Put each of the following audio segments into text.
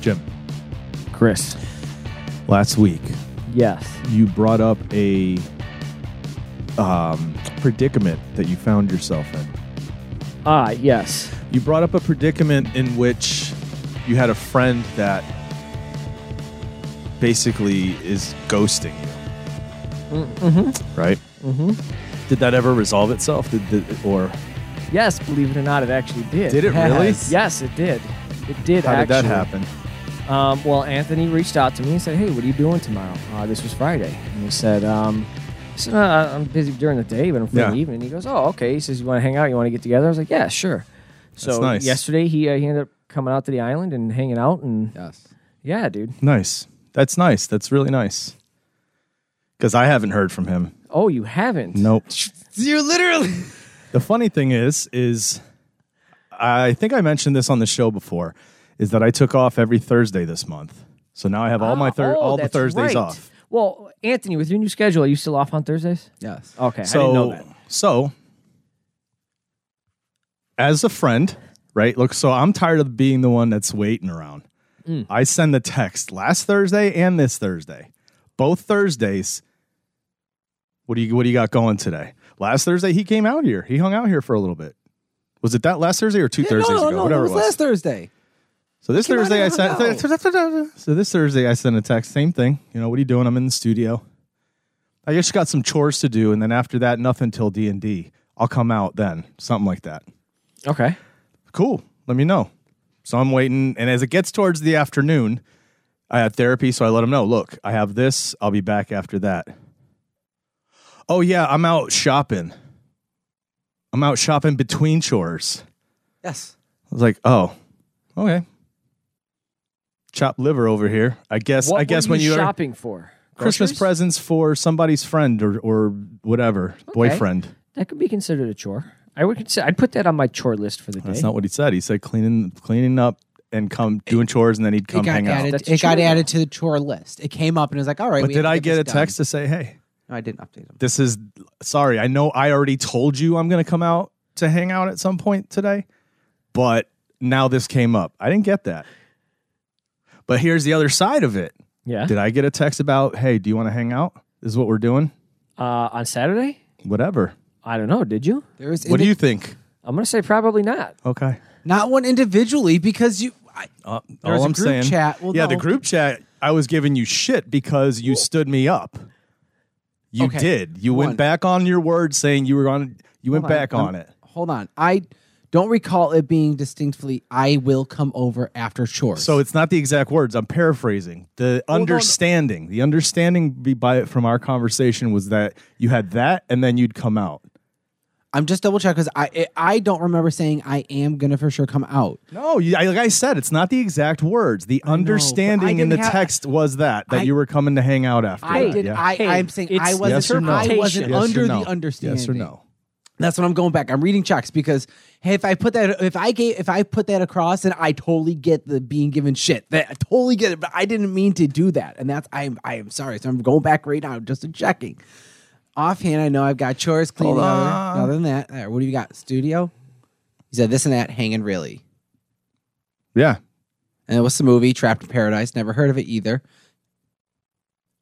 Jim, Chris. last week Yes. you brought up a um, predicament that you found yourself in. Ah, yes. You brought up a predicament in which you had a friend that basically is ghosting you. Right? Mm-hmm. Did that ever resolve itself? Did, did or Yes, believe it or not, it actually did. Did it really? Yes, it did. It did how did actually. that happen? Um, well, Anthony reached out to me and said, Hey, what are you doing tomorrow? Uh, this was Friday. And he said, um, I said, uh, I'm busy during the day, but I'm free in Yeah. the evening. he goes, Oh, okay. He says, You want to hang out? You want to get together? I was like, Yeah, sure. So nice. yesterday, he, uh, he ended up coming out to the island and hanging out. And Yes. yeah, dude. Nice. That's nice. That's really nice. Because I haven't heard from him. Oh, you haven't? Nope. You literally. The funny thing is, is I think I mentioned this on the show before, is that I took off every Thursday this month. So now I have all my Ah, thir- oh, all the that's Thursdays right. off. Well, Anthony, with your new schedule, are you still off on Thursdays? Yes. Okay. So I didn't know that. so as a friend, right? Look, so I'm tired of being the one that's waiting around. Mm. I send the text last Thursday and this Thursday. Both Thursdays. What do you what do you got going today? Last Thursday he came out here. He hung out here for a little bit. Was it that last Thursday or two Thursdays ago? Whatever it was, it was. last Thursday. So this Come on Thursday I in, sent. So this Thursday I sent a text. Same thing. You know what are you doing? I'm in the studio. I just got some chores to do, and then after that, nothing till D and D. I'll come out then, something like that. Okay. Cool. Let me know. So I'm waiting, and as it gets towards the afternoon, I have therapy, so I let him know. Look, I have this. I'll be back after that. Oh yeah, I'm out shopping. I'm out shopping between chores. Yes. I was like, oh, okay. Chopped liver over here. I guess. What I guess were when you you are shopping for Christmas Groceries? presents for somebody's friend or or whatever boyfriend. that could be considered a chore. I would consider. I'd put that on my chore list for the day. That's not what he said. He said cleaning cleaning up and come doing chores, and then he'd come it got hang out. added. added. That's It got true, added to the chore list. It came up and it was like, all right. But we did have to I get a this done. text to say, hey, No, I didn't update him. this is sorry. I know I already told you I'm going to come out to hang out at some point today, but now this came up. I didn't get that. But here's the other side of it. yeah. Did I get a text about, hey, do you want to hang out? This is what we're doing. Uh, on Saturday, Whatever. I don't know. Did you? There was What do indi- you think? I'm gonna say probably not. Okay. not one individually because you. I, Uh, There was all a I'm group saying. chat. Well, yeah, the no. group chat. I was giving you shit because you stood me up. You Okay. did. You went One. back on your word, saying you were on. You went Hold on, back I'm- on it. Hold on. I don't recall it being distinctly. I will come over after chores. So it's not the exact words. I'm paraphrasing. The understanding, the understanding be- by it from our conversation was that you had that, and then you'd come out. I'm just double check because I it, I don't remember saying I am gonna for sure come out. No, you, I- like I said, it's not the exact words. The understanding in didn't the have- text was that that I- you were coming to hang out after. I that, did. yeah. I Hey, I'm saying I it's wasn't. Yes or no? I wasn't interpretation. Yes or under no? the understanding. Yes or no? That's what I'm going back. I'm reading checks because hey, if I put that, if I gave, if I put that across, then I totally get the being given shit. That I totally get it, but I didn't mean to do that, and that's I'm I am sorry. So I'm going back right now just to checking. Offhand, I know I've got chores cleaning. Hold Other, on. other than that, there, what do you got? Studio. He said this and that, hanging really. Yeah. And it was the movie Trapped in Paradise. Never heard of it either.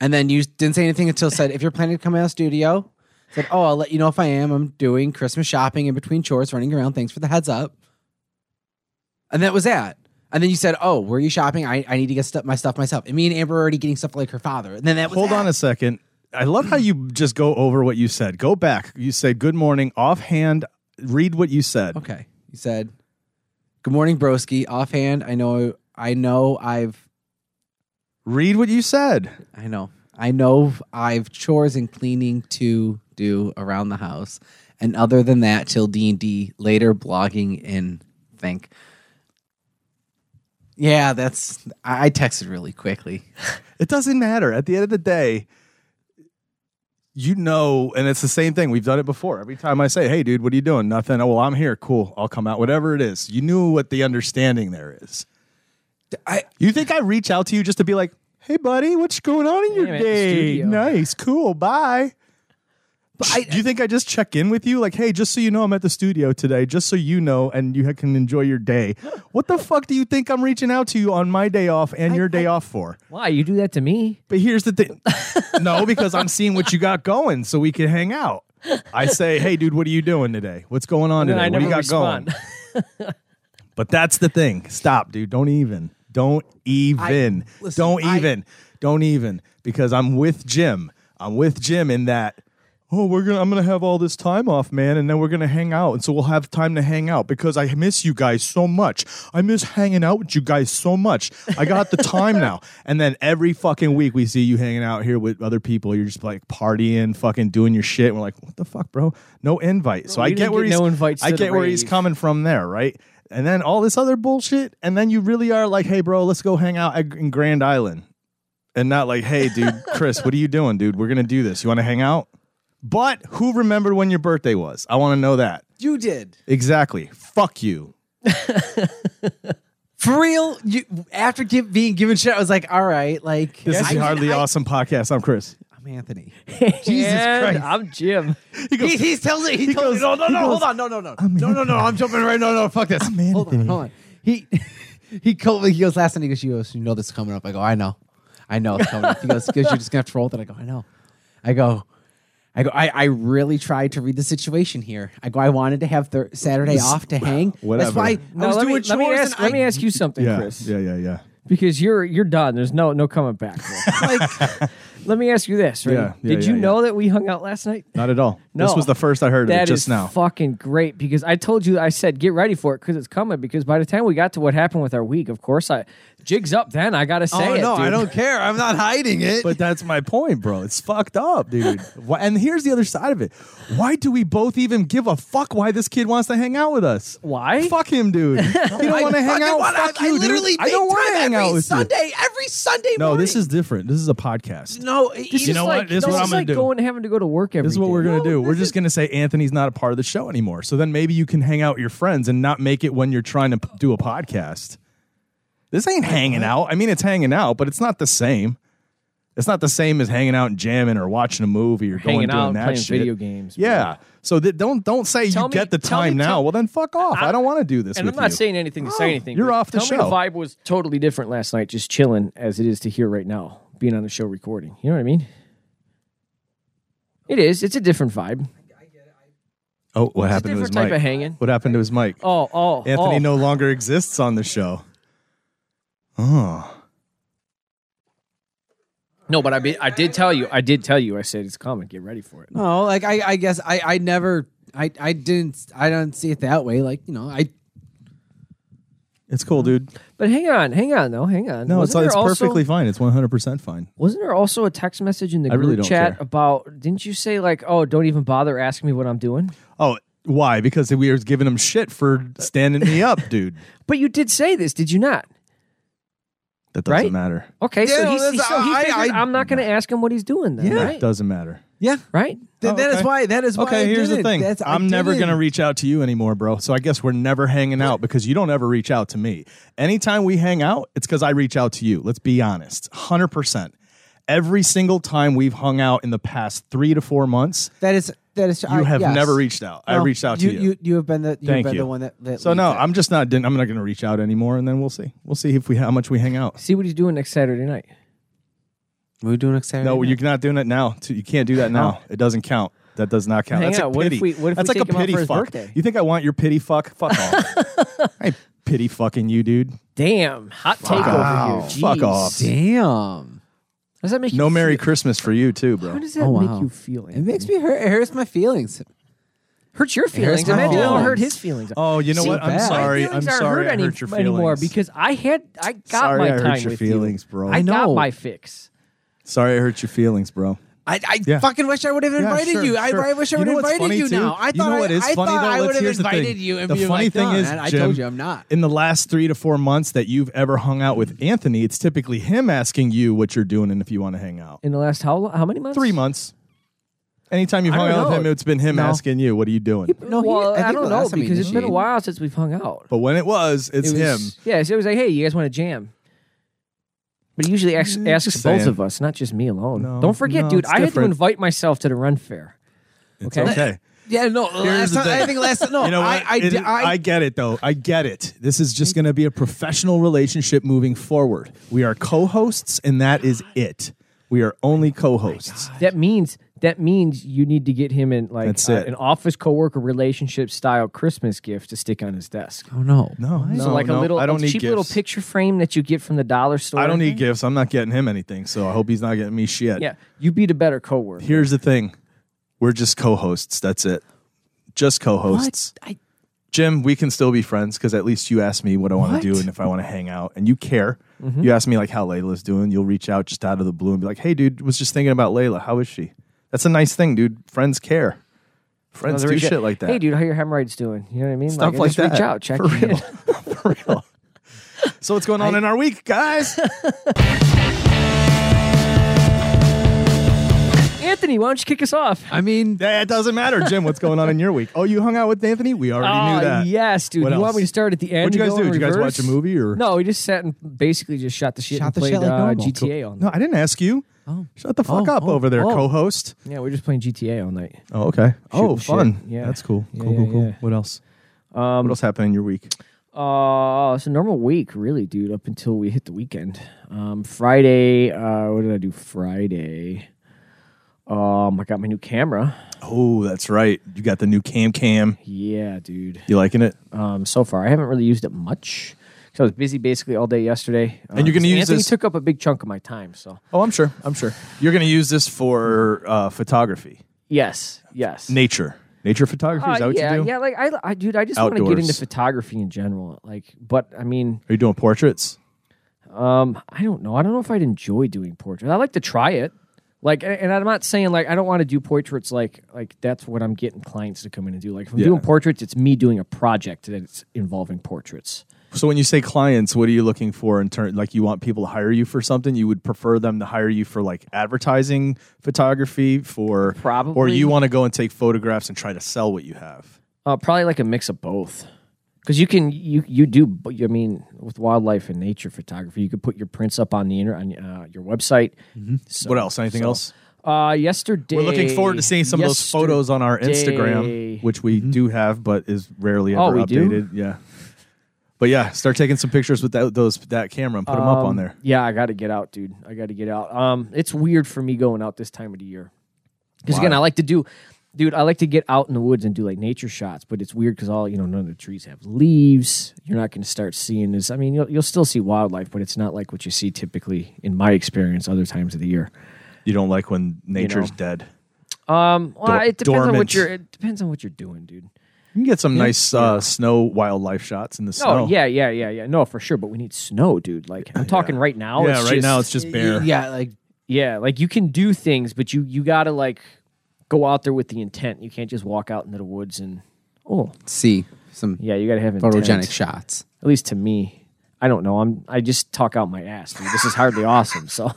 And then you didn't say anything until said, if you're planning to come out of the studio, said, oh, I'll let you know if I am. I'm doing Christmas shopping in between chores, running around. Thanks for the heads up. And that was that. And then you said, oh, were you shopping? I, I need to get stuff, my stuff myself. And me and Amber are already getting stuff like her father. And then that was Hold that. on a second. I love how you just go over what you said. Go back. You said good morning offhand. Read what you said. Okay. You said, good morning, broski. Offhand, I know, I know I've Read what you said. I know. I know I've chores and cleaning to do around the house. And other than that, till D and D later blogging in think. Yeah, that's. I I texted really quickly. It doesn't matter. At the end of the day, you know, and it's the same thing. We've done it before. Every time I say, hey, dude, what are you doing? Nothing. Oh, well, I'm here. Cool. I'll come out. Whatever it is. You knew what the understanding there is. I You think I reach out to you just to be like, hey, buddy, what's going on in your I'm at the day? studio." Nice. Cool. Bye. But I, do you think I just check in with you? Like, hey, just so you know, I'm at the studio today, just so you know, and you can enjoy your day. What the fuck do you think I'm reaching out to you on my day off and your day off for? Why you do that to me? But here's the thing. no, because I'm seeing what you got going so we can hang out. I say, hey, dude, what are you doing today? What's going on And today? I what do never you got respond. going? But that's the thing. Stop, dude. Don't even. Don't even. listen, Don't I- even. Don't even. Because I'm with Jim. I'm with Jim in that. Oh, we're gonna. I'm gonna have all this time off, man, and then we're gonna hang out, and so we'll have time to hang out because I miss you guys so much. I miss hanging out with you guys so much. I got the time now, and then every fucking week we see you hanging out here with other people. You're just like partying, fucking doing your shit. And we're like, what the fuck, bro? No invite. so I we get didn't where get he's. no invites I to the get where he's rave. coming coming from there, right? And then all this other bullshit, and then you really are like, "Hey, bro, let's go hang out at, in Grand Island," and not like, "Hey, dude, Chris, what are you doing, dude? We're gonna do this. You want to hang out?" But who remembered when your birthday was? I want to know that you did exactly. Fuck you. for real. You after give, being given shit, I was like, all right, like This is I- the hardly I- awesome podcast. I'm Chris. I'm Anthony. Jesus Christ. I'm Jim. He goes, He, he's tells me. He, told goes- me. No, no, he no. goes, hold on. No, no, no. No, no, no. I'm jumping right. No, no. Fuck this. I'm Anthony. Hold on. Hold on. He he called me. He goes last night. He goes. You goes. You know this is coming up. I go. I know. I know it's coming up. He goes. Because you're just gonna have to roll with it. I go. I know. I go. I go. I, I really tried to read the situation here. I go. I wanted to have thir- Saturday off to hang. Whatever. That's why I No, was let doing me, chores. let me ask. and Let I- me ask you something, yeah, Chris. yeah, yeah, yeah, Because you're you're done. There's no no coming back. Like, oh, let me ask you this. Right? Yeah, yeah, Did yeah, you yeah. know that we hung out last night? Not at all. No. This was the first I heard of That it is just now. fucking great because I told you I said get ready for it because it's coming because by the time we got to what happened with our week, of course I jigs up. Then I gotta say oh it. no, I dude. don't care. I'm not hiding it. But that's my point, bro. It's fucked up, dude. Why- And here's the other side of it. Why do we both even give a fuck why this kid wants to hang out with us? Why? Fuck him, dude. You don't want to hang out. Wanna, fuck I, you, I literally dude. I don't want to hang out with you. Sunday, every Sunday No, morning. this is different. This is a podcast. no. This You is know what? like- This is no, what this I'm is gonna like do. going and having to go to work every day. This is what we're gonna No, do. We're this just is- gonna say Anthony's not a part of the show anymore. So then maybe you can hang out with your friends and not make it when you're trying to p- do a podcast. This ain't hanging out. I mean, it's hanging out, but it's not the same. It's not the same as hanging out and jamming or watching a movie or hanging going out doing and that playing shit. video games. bro. Yeah. So that don't don't say Tell you me- get the tell me- time now. tell- well, then fuck off. I, I- don't want to do this. And I'm with not you. Oh, saying anything to say anything. you're but off the tell show. Me the vibe was totally different last night, just chilling as it is to here right now, being on the show recording. You know what I mean? It is. It's a different vibe. Oh, what It's a happened to his different type mic? of hanging. What happened to his mic? Oh, oh, Anthony oh. no longer exists on the show. Oh, No, but I be, I did tell you. I did tell you. I said it's coming. Get ready for it. No, Oh, like I, I guess I, I never, I, I didn't, I don't see it that way. Like you know, I it's cool, dude. But hang on, hang on, though, hang on. No, it's Wasn't it's there also- perfectly fine. It's 100 percent fine. Wasn't there also a text message in the I group really don't chat care. about? Didn't you say like, oh, don't even bother asking me what I'm doing? Oh, why? Because we were giving him shit for standing me up, dude. But you did say this, did you not? That doesn't Right? matter. Yeah, Okay, so, no, he's, that's- he- so he I- figured I- I, am not going to ask him what he's doing then, That right? doesn't matter. yeah. Right? Th- Oh, that is okay. why. That is why. I Okay, here's the didn't. thing. That's, I I'm never didn't. going to reach out to you anymore, bro. So I guess we're never hanging out because you don't ever reach out to me. Anytime we hang out, it's because I reach out to you. Let's be honest 100%. Every single time we've hung out in the past three to four months, That is. That is. you have never reached out. I reached out to you. Uh, You, you have been the. You have Thank been you. the one that. that so no, leaked it. I'm just not. didn't- I'm not going to reach out anymore, and then we'll see. We'll see if we how much we hang out. See what he's doing next Saturday night. What are we doing next Saturday. No, night? you're not doing it now. T- You can't do that now. It doesn't count. That does not count. Hang That's a out. pity. What if we- what if That's we like take him a out pity for his fuck. birthday? You think I want your pity fuck? Fuck off. I ain't pity fucking you, dude. Damn, hot take over here. Fuck Jeez. off. Damn. How Does that make No you Merry Feel? Christmas for you too, How bro. does that Oh, wow. make you feel? It Anthony? makes me hurt. It hurts my feelings. hurts your feelings. my Imagine how it feelings. hurt his feelings. Oh, you know See, what? I'm bad. sorry. My I'm feelings aren't sorry. hurt I any- hurt your feelings anymore because I had I got Sorry my I hurt time your with feelings, you. bro. I I know. got my fix. Sorry, I hurt your feelings, bro. I, I Yeah. fucking wish I would have invited sure, you. I, sure. I wish I You would know have what's invited funny, you too? now. I You know thought what is I, I funny, thought though? I would Let's- have here's the thing. invited you and The be funny like, thing "No, is, man, I Jim- told you I'm not. in the last three to four months that you've ever hung out with Anthony, it's typically him asking you what you're doing and if you want to hang out. in the last how lo- how many months? Three months. Anytime you've I hung don't out with know. him, it's been him No. asking you, "What are you doing?" No, he- well, I think I, the don't know last time he because it's been a initiated. while since we've hung out. But when it was, it's It him. was- Yeah, so it was like, hey, you guys want to jam? But he usually asks, Mm, asks just both saying. of us, not just me alone. No, Don't forget, no, dude, it's I had to different. invite myself to the run fair. It's Okay. okay. Yeah, no. Here's last the time, thing. I think last time, no. You know I, what? I, It- di- I, I get it though. I get it. This is just going to be a professional relationship moving forward. We are co-hosts, and that is it. We are only co-hosts. That means that means you need to get him in like That's uh, it. an office coworker relationship style Christmas gift to stick on his desk. oh no, no, no, so like no, a little I don't a need cheap gifts. little picture frame that you get from the dollar store. I don't need gifts. I'm not getting him anything, so I hope he's not getting me shit. Yeah, you be the better coworker. Here's the thing. We're just co-hosts. That's it. Just co-hosts. I, Jim, we can still be friends because at least you asked me what I want What? to do and if I want to hang out, and you care. Mm-hmm. You ask me like how Layla's doing. You'll reach out just out of the blue and be like, "Hey, dude, was just thinking about Layla. How is she?" That's a nice thing, dude. Friends care. Friends do Another reach out. shit like that. Hey, dude, how your hemorrhoids doing? You know what I mean? Stuff like just that. Reach out, check For in. real. For real. So what's going on in our week, guys? Anthony, why don't you kick us off? I mean, Yeah, it doesn't matter, Jim. What's going on in your week? Oh, you hung out with Anthony. We already Ah, knew that. yes, dude. What you else? want me to start at the end? What'd you and guys go do? in Did you guys reverse? watch a movie or No, we just sat and basically just shot the shit Shot and the played shit like uh, oh, normal. GTA all night. No, I didn't ask you. Oh. Shut the fuck Oh, up oh, over there, oh. co-host. Yeah, we are just playing GTA all night. Oh, okay. oh, shit. fun. Yeah. That's cool. Yeah, cool, yeah, cool, cool. yeah. Um, What else? what else happened in your week? Uh, it's a normal week, really, dude, up until we hit the weekend. Um, Friday, uh, what did I do Friday? Um, I got my new camera. Oh, that's right. You got the new Cam Cam. Yeah, dude. You liking it? Um, so far, I haven't really used it much. So I was busy basically all day yesterday. Um, you're gonna because use Anthony this- took up a big chunk of my time, so. Oh, I'm sure. I'm sure. You're going to use this for uh, photography, Yes, yes. nature, nature photography. Is that Uh, what yeah, you do? yeah. Like I, I dude, I just want to get into Outdoors. photography in general. Like, but I mean, Are you doing portraits? um, I don't know. I don't know if I'd enjoy doing portraits. I like to try it. Like, a- and I'm not saying like I don't want to do portraits. Like, like that's what I'm getting clients to come in and do. Like, if I'm Yeah. doing portraits, it's me doing a project that's involving portraits. So when you say clients, what are you looking for in turn? Like you want people to hire you for something? You would prefer them to hire you for like advertising photography for or Probably. you want to go and take photographs and try to sell what you have? Uh, probably like a mix of both. Because you can you you do b- I mean with wildlife and nature photography you could put your prints up on the inter, on uh, your website. So- Mm-hmm. What else? Anything so- else? Uh, yesterday We're looking forward to seeing some of those photos on our Instagram, yesterday- which we do have, but is rarely ever Oh, we do? updated. Yeah. But yeah, start taking some pictures with that, those that camera and put them up Um, on there. Yeah, I got to get out, dude. I got to get out. Um, it's weird for me going out this time of the year because again, I like to do, dude. I like to get out in the woods and do like nature shots, but it's weird because all you know, none of the trees have leaves. You're not going to start seeing this. I mean, you'll you'll still see wildlife, but it's not like what you see typically in my experience other times of the year. You don't like when nature's dead. Um, well, Dor- it depends on dormant. what you're. It depends on what you're doing, dude. You can get some nice uh, snow wildlife shots in the snow. No, Oh, yeah, yeah, yeah, yeah. No, for sure. But we need snow, dude. Like I'm talking right now. yeah. Oh, it's Right just- now it's just bare. yeah, like Yeah, like you can do things, but you you gotta like go out there with the intent. You can't just walk out into the woods and oh see some yeah, you gotta have intent. photogenic shots. At least to me, I don't know. I'm I just talk out my ass. Dude. This is hardly awesome. So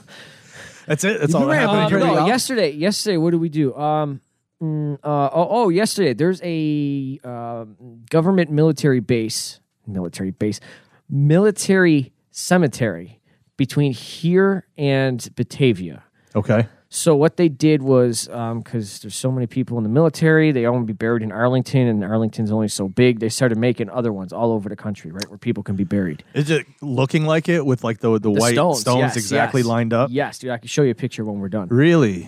That's it. That's all that been happened. around in your pretty week. no, often. yesterday, yesterday, what did we do? Um, mm, uh, oh, oh, yesterday there's a um government military base, military base, military cemetery between here and Batavia. Okay. So what they did was because there's so many people in the military, they all want to be buried in Arlington, and Arlington's only so big. They started making other ones all over the country, right, where people can be buried. Is it looking like it with like the the, The white stones, yes, exactly yes. Uh, lined up? Yes, dude, I can show you a picture when we're done. Really?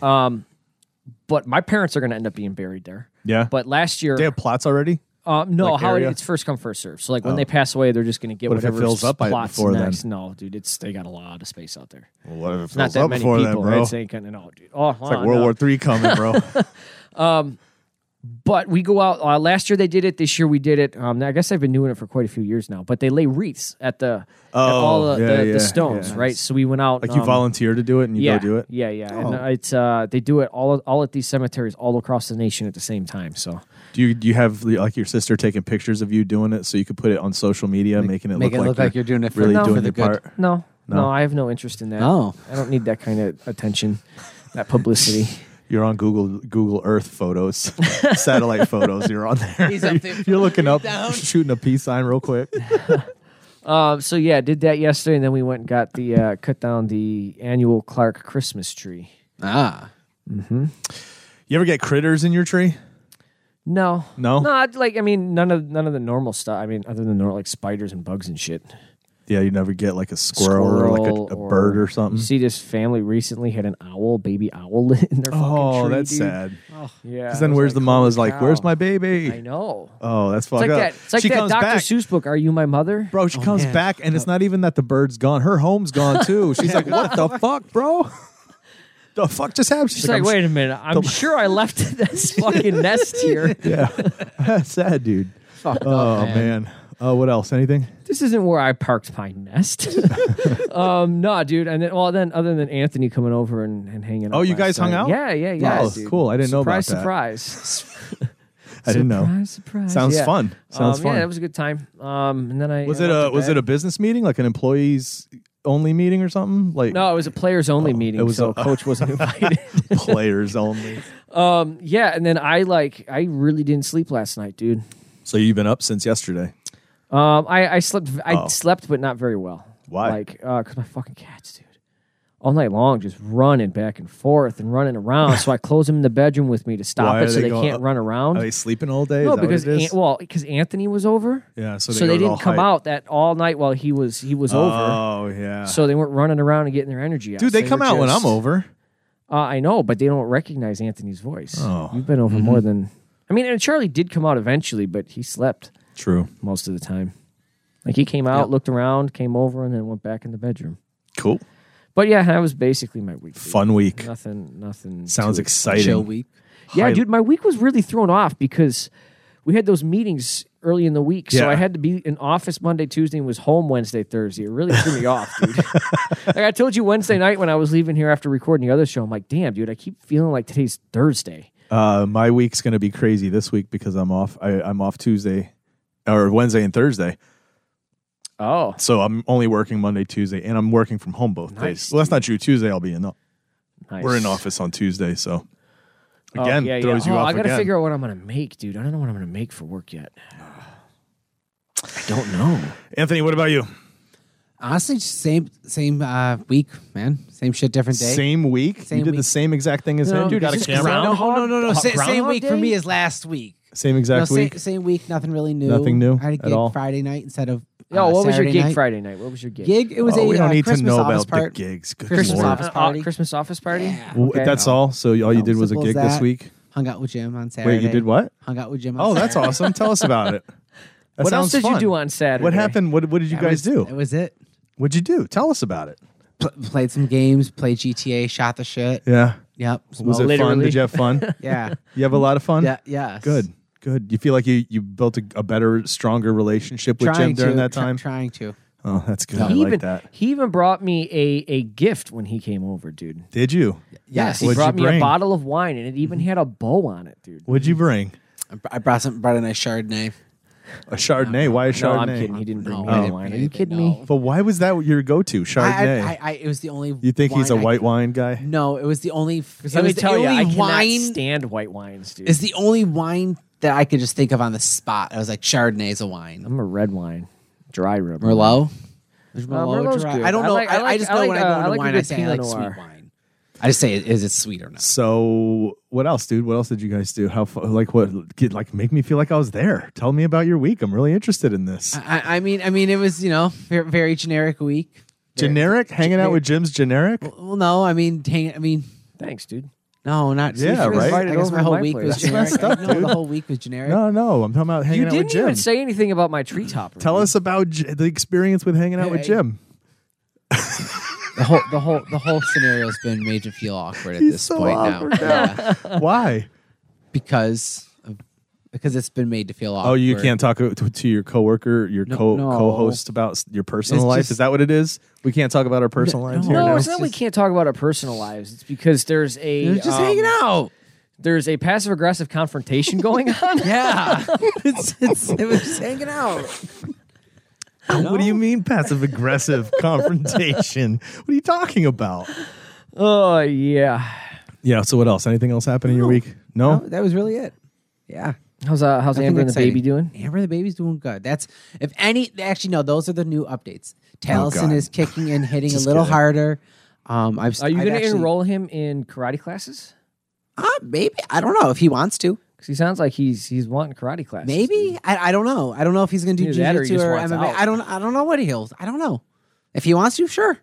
But my parents are going to end up being buried there. yeah. But last year, they have plots already. um, no, like how it, area? Oh. it's first come first serve. So like when they pass away, they're just going to get What if it whatever fills up by- plots before then? next. No, dude, it's they got a lot of space out there. Well, what if it It's not that many people. right? It's ain't gonna, oh, no, dude. Oh, Like World War Three coming, bro. But we go out. Uh, last year they did it. This year we did it. Um, I guess I've been doing it for quite a few years now. But they lay wreaths at the at Oh, all the, yeah, the, yeah, the stones, yeah. right? So we went out. Like you um, volunteer to do it and you yeah, go do it. Yeah, yeah. Oh. And uh, it's uh, they do it all all at these cemeteries all across the nation at the same time. So Do you do you have like your sister taking pictures of you doing it so you could put it on social media, making it make look it like look like you're doing it for, really no, doing for the your good. part? no, no, No. I have no interest in that. Oh. I don't need that kind of attention, that publicity. You're on Google Google Earth photos, satellite photos. You're on there. He's up there. You're looking up, Down. shooting a peace sign real quick. Um, so yeah, did that yesterday, and then we went and got the uh, cut down the annual Clark Christmas tree. Ah, You ever get critters in your tree? No, No? no. I'd Like I mean, none of none of the normal stuff. I mean, other than nor- like spiders and bugs and shit. Yeah, you never get like a squirrel, or like Squirrel a, a bird or something. You see, this family recently had an owl, baby owl, in their fucking oh, tree. that's dude. sad. Yeah. Because I then was where's the like, mama's holy like, where's cow." my I baby? know. Oh, that's It's fucked like up. that. It's like she that comes Dr. back. Seuss book. Are you my mother? Bro, she comes man. back and it's not even that the bird's gone. Her home's gone too. She's like, what the fuck, bro? the fuck just happened? She's, It's like, "I'm s- wait a minute. I'm sure I left this fucking nest here. Yeah. That's sad, dude. fuck Oh, man. Oh, what else? Anything? This isn't where I parked my nest. um, no, dude. And then, well, then other than Anthony coming over and, and hanging out. Oh, you last guys hung night. out? Yeah, yeah, yeah. Oh, dude. cool. I didn't know about surprise, that. Surprise, I didn't know. surprise, surprise. Sounds Yeah. fun. Sounds um, fun. Yeah, that was a good time. Um, and then I was I it went a to was bed. it a business meeting, like an employees only meeting or something? Like No, it was a players only meeting. Oh, it was so a- coach wasn't invited. players only. um, yeah, and then I like I really didn't sleep last night, dude. So you've been up since yesterday. Um, I, I slept I Oh. slept but not very well. Why? Like, uh, cause my fucking cats, dude, all night long just running back and forth and running around. so I close them in the bedroom with me to stop Why are it, so they they, going can't up- run around. Are they sleeping all day? no, Is that what because it is? An- well, because Anthony was over, yeah, so so they, they, go to all didn't come hype. out that all night while he was he was over. Oh yeah, So they weren't running around and getting their energy out. dude, they, were come out when I'm just- over. Uh, I know, but they don't recognize Anthony's voice. Oh. You've been over more than. I mean, and Charlie did come out eventually, but he slept True, most of the time. Like he came out, looked around, came over, and then went back in the bedroom. cool, But yeah, that was basically my week. dude. fun week. Nothing. Nothing. Sounds too- exciting. chill week. Yeah, high- dude, my week was really thrown off because we had those meetings early in the week, so Yeah. I had to be in office Monday, Tuesday, and was home Wednesday, Thursday. It really threw me off, dude. like I told you Wednesday night when I was leaving here after recording the other show, I'm like, damn, dude, I keep feeling like today's Thursday. Uh, my week's gonna be crazy this week because I'm off. I, I'm off Tuesday or Wednesday and Thursday, Oh, so I'm only working Monday, Tuesday, and I'm working from home both Nice, days. Well, that's not true. Tuesday I'll be in. The, nice. We're in office on Tuesday, so again yeah, throws yeah. you oh, off I gotta again. figure out what I'm gonna make, dude. I don't know what I'm gonna make for work yet. I don't know. Anthony, what about you? Honestly, just same same uh, week, man. Same shit, different day. Same week. Same you did the week. same exact thing as him. You dude, got a it's just camera. ground- out? No, no, no, no. Groundhog- Sa- same Groundhog week for Day? me is last week. Same No, exact sa- week. Same, week, nothing really new. Nothing new I had a at gig all? Friday night instead of. Yo, uh, what was your Saturday gig night. Friday night? What was your gig? Gig. It was Oh, a we don't uh, need Christmas to know office about part. the gigs. Good Christmas lord. Uh, office uh, party. Christmas office party. Yeah. W- Okay. That's all. So all you did was a simple as gig this that. week. Hung out with Jim on Saturday. Wait, you did what? Hung out with Jim. On Oh, that's Saturday. awesome. Tell us about it. That What else did sounds you fun. do on Saturday? What happened? What What did you That guys was- That do? was it. What'd you do? Tell us about it. Pl- played some games. Played GTA. Shot the shit. Yeah. Yep. Was it smoked. fun? literally. Did you have fun? Yeah. you have a lot of fun. Yeah. Yes. Good. Good. You feel like you you built a, a better, stronger relationship with Trying Jim during to, that try- time. trying to. oh, that's good. He I like even that. he even brought me a a gift when he came over, dude. Did you? Yes. he What'd you brought me a bring? Mm-hmm. bottle of wine, and it even had a bow on it, dude. What'd you bring? I br- I brought some. Brought a nice Chardonnay. A Chardonnay. Why a Chardonnay? No, I'm kidding. He didn't bring Oh. No, me I any didn't wine. Are bring you anything, kidding no. me? But why was that your go-to? I, Chardonnay. I, I, I, it was the only. you think he's a wine I white could- wine guy? No, it was the only. It was Let me tell the you, only I cannot wine stand white wines, dude. is the only wine that I could just think of on the spot. I was like, Chardonnay is a wine. I'm a red wine, dry red. wine. Merlot. Uh, Merlot's good. I don't I know. I, like- I I, like- just I know like, when I uh, go I into like a wine, good I say I like Pinot Noir. sweet wine. I just say, is it sweet or not? So what else, dude? What else did you guys do? How fu- like what get, like make me feel like I was there? Tell me about your week. I'm really interested in this. I, I mean, I mean, it was you know ve- very generic week. Very- generic, hanging out with Jim's generic. Well, no, I mean, dang, I mean, Thanks, dude. no, not Yeah, I guess- right? I guess Invited my whole over to week my was place. generic. That's messed up, no, dude. the whole week was generic. No, no, I'm talking about hanging You out with didn't Jim. even say anything about my treetop. Tell us about J- the experience with hanging out with Hey. Jim. The whole, the whole, the whole scenario has been made to feel awkward at He's this so point awkward now. Yeah. Why? because of because it's been made to feel awkward. Oh, you can't talk to, to your coworker, your No, co no. co-host about s- your personal It's life. just- is that what it is? We can't talk about our personal lives here No, now. it's not. We can't talk about our personal lives. It's because there's a They're just um, hanging out. There's a passive aggressive confrontation going on. Yeah, it's, it's it was just hanging out. What do you mean passive aggressive confrontation? What are you talking about? oh yeah. Yeah. So what else? Anything else happen in your week? No. That was really it. Yeah. How's uh, how's Nothing Amber and the exciting. baby doing? Amber the baby's doing good. That's if any. Actually, no. Those are the new updates. Oh, Taliesin God. is kicking and hitting a little harder. Um, I've. Are you I've going to actually- enroll him in karate classes? Uh, maybe I don't know if he wants to. Because he sounds like he's he's wanting karate classes. Maybe I, I don't know. I don't know if he's going to do Either that or he jiu-jitsu just or, wants MMA. out. I don't. I don't know what he'll. I don't know if he wants to. Sure,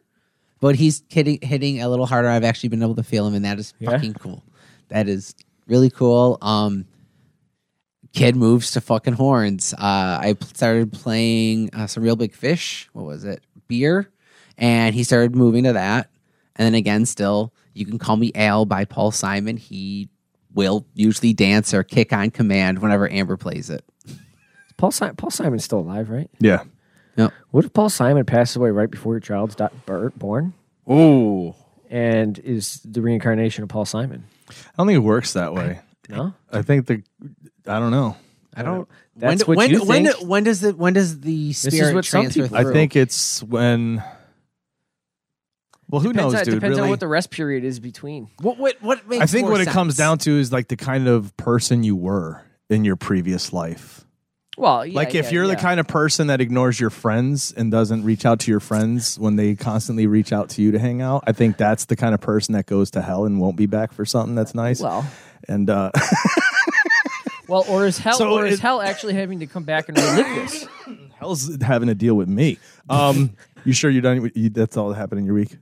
but he's hitting hitting a little harder. I've actually been able to feel him, and that is Yeah? fucking cool. That is really cool. Um, kid moves to fucking horns. Uh, I pl- started playing uh, some real big fish. What was it? Beer, and he started moving to that. And then again, still, you can call me Al by Paul Simon. He will usually dance or kick on command whenever Amber plays it. Paul si- Paul Simon's still alive, right? Yeah. What if Paul Simon passed away right before your child's di- bur- born, Ooh. and is the reincarnation of Paul Simon? I don't think it works that way. No, I think the I don't know. I don't. That's do- what when, you when, think. when does the when does the spirit what some transfer? people through? I think it's when. Well, who depends, knows, on, dude? depends really, on what the rest period is between. What what what makes I think more what it sense? comes down to is like the kind of person you were in your previous life. Well, yeah, like if yeah, you're yeah. the kind of person that ignores your friends and doesn't reach out to your friends when they constantly reach out to you to hang out, I think that's the kind of person that goes to hell and won't be back for something that's nice. well, and uh, well, or is hell, So or is it- hell actually having to come back and relive this? hell's having to deal with me. Um, you sure you're done? with- You, that's all that happened in your week.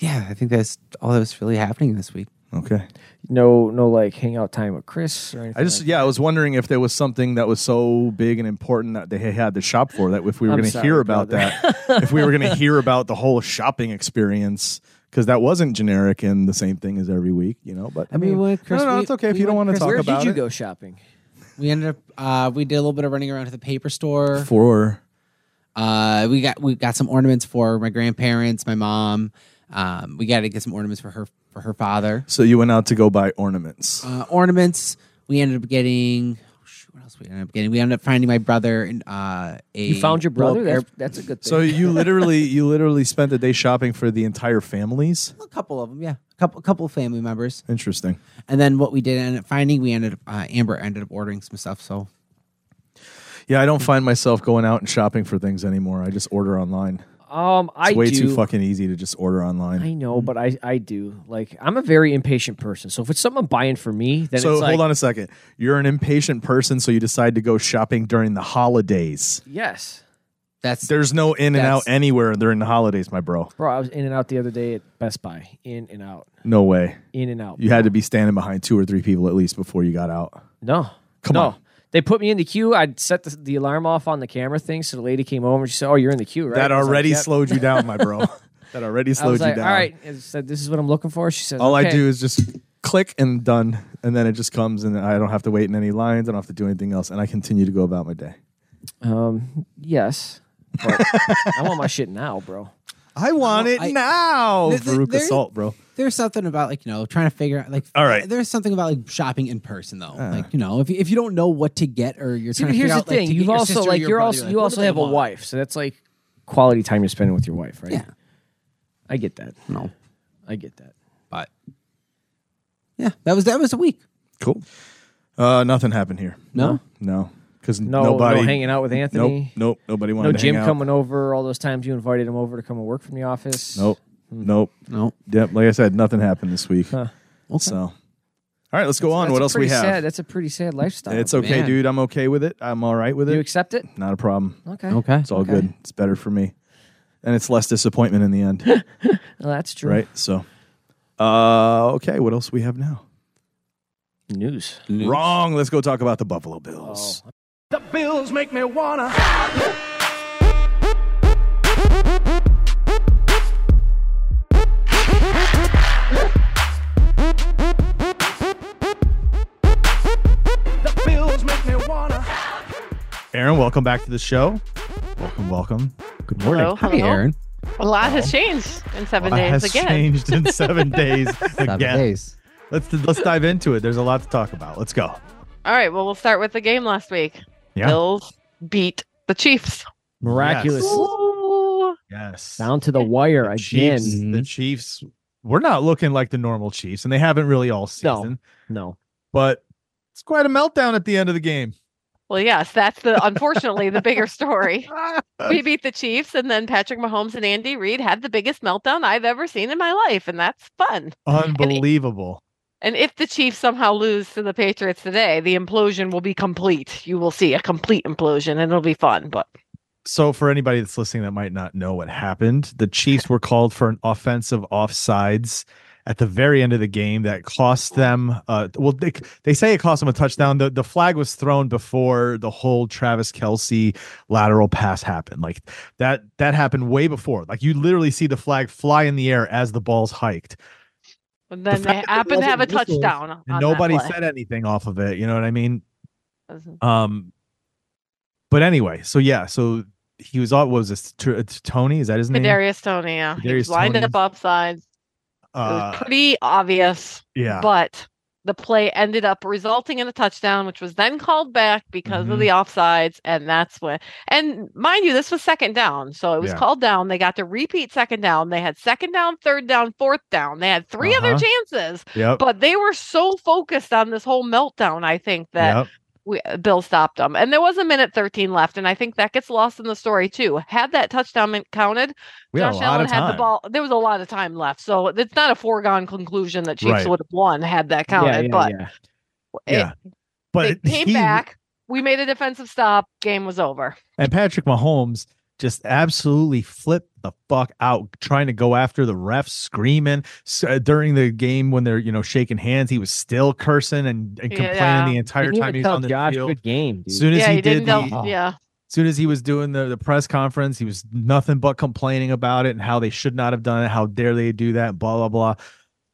Yeah, I think that's all that was really happening this week. Okay. No, no, like hangout time with Chris or anything. I just yeah, I was wondering if there was something that was so big and important that they had to shop for that if we were I'm going to sorry, hear about brother. that, if we were going to hear about the whole shopping experience because that wasn't generic and the same thing as every week, you know. But I mean, we went, Chris, no, no, we- it's okay if we you don't went, want to Chris, talk Where about did you it. go shopping? we ended up uh, we did a little bit of running around to the paper store. For Uh, we got we got some ornaments for my grandparents, my mom. Um, we got to get some ornaments for her for her father. so you went out to go buy ornaments. Uh, ornaments. We ended up getting. oh, shoot, What else we ended up getting? We ended up finding my brother and uh, a You found your blow-up brother. air- That's, that's a good thing. so you literally, you literally spent the day shopping for the entire families. a couple of them, yeah, a couple couple family members. Interesting. And then what we did end up finding, we ended up uh, Amber ended up ordering some stuff. So Yeah, I don't find myself going out and shopping for things anymore. I just order online. um, I It's way do. too fucking easy to just order online. I know, but I, I do. Like, I'm a very impatient person. So if it's something I'm buying for me, then So it's hold like, on a second. You're an impatient person, so you decide to go shopping during the holidays. Yes. that's There's no in and out That's- anywhere during the holidays, my bro. Bro, I was in and out the other day at Best Buy. In and out. No way. In and out. You had to be standing behind two or three people at least before you got out. No. Come no. on. They put me in the queue. I'd set the, the alarm off on the camera thing. So the lady came over and she said, Oh, you're in the queue, right? That I was like, already "Yep." slowed you down, my bro. that already I was slowed like, you down. All right. I said, This is what I'm looking for. She said, All I "Okay." do is just click and done, and then it just comes, and I don't have to wait in any lines. I don't have to do anything else, and I continue to go about my day. Um, yes. But I want my shit now, bro. I want it I- now, Th- th- Veruca there- Salt, bro. there's something about like you know trying to figure out like All right. There's something about like shopping in person though. like you know if you, if you don't know what to get or you're See, trying but to figure here's the out, like, thing. to get You've your also sister or like your you're brother, also like, you what do also they have a want? wife, so that's like quality time you're spending with your wife, right? Yeah. I get that. No, I get that. but yeah, that was that was a week. Cool. Uh, nothing happened here. No? no, because No, nobody no hanging out with Nope, Anthony. nope. Nobody wanted No to Jim hang out. coming over. All those times you invited him over to come and work from the office. Nope, Hmm. nope. No, Yep. Like I said, nothing happened this week. okay. So, all right, let's go on. That's What a else we pretty have? Sad. That's a pretty sad lifestyle. it's okay, man. dude. I'm okay with it. I'm all right with Do you it. accept it? Not a problem. Okay. okay, It's all good. It's better for me, and it's less disappointment in the end, Well, that's true. right? So, uh, okay. What else we have now? News. Wrong. Let's go talk about the Buffalo Bills. Oh. The bills make me wanna. The bills Welcome back to the show. Welcome, welcome. Good morning. Hello, Hi, hello. Aaron. A lot has changed in seven Lot days has again. changed in seven days Seven again. days. Let's let's dive into it. There's a lot to talk about. Let's go. All right, well, we'll start with the game last week. Yeah. Bills beat the Chiefs. Miraculous. Yes. Ooh. Yes. Down to the wire the again. Chiefs. The Chiefs. We're not looking like the normal Chiefs, and they haven't really all No. season. No. But it's quite a meltdown at the end of the game. Well, yes, that's the unfortunately the bigger story. Ah, We beat the Chiefs, and then Patrick Mahomes and Andy Reid had the biggest meltdown I've ever seen in my life, and that's fun. Unbelievable. And if the Chiefs somehow lose to the Patriots today, the implosion will be complete. You will see a complete implosion, and it'll be fun. But So, for anybody that's listening that might not know what happened, the Chiefs were called for an offensive offsides at the very end of the game that cost them. Uh, well, they, they say it cost them a touchdown. The, the flag was thrown before the whole Travis Kelsey lateral pass happened. Like that, that happened way before. Like you literally see the flag fly in the air as the ball's hiked. and then fact they that there happen to have a wasn't whistles And touchdown. on that nobody play. said anything off of it. You know what I mean? Doesn't- Um, but anyway, so yeah, so he was all what was this T- it's Tony? Is that his name? Kadarius Tony, yeah, he was Kadarius lined Toney. up offside. It was Uh, pretty obvious, yeah, but the play ended up resulting in a touchdown, which was then called back because Mhm. of the offsides, and that's when. And mind you, this was second down, so it was Yeah. called down. They got to repeat second down. They had second down, third down, fourth down. They had 3 Uh-huh. other chances, yep, but they were so focused on this whole meltdown. I think that yep. we, uh, Bill stopped them. And there was a minute 13 left. And I think that gets lost in the story, too. Had that touchdown been counted, We had a Josh lot Allen of time. had the ball. There was a lot of time left. So it's not a foregone conclusion that Chiefs Right. would have won had that counted. but yeah. it- Yeah. But they came he- back. We made a defensive stop. Game was over. and Patrick Mahomes just absolutely flipped the fuck out, trying to go after the refs, screaming S- uh, during the game when they're you know shaking hands. He was still cursing and, and complaining Yeah. the entire Didn't even time he was tell on the Josh, field. good game, dude. As soon as yeah, he, he, did, didn't. the, Oh, tell- yeah, soon as he was doing the, the press conference, he was nothing but complaining about it and how they should not have done it, how dare they do that, blah, blah, blah.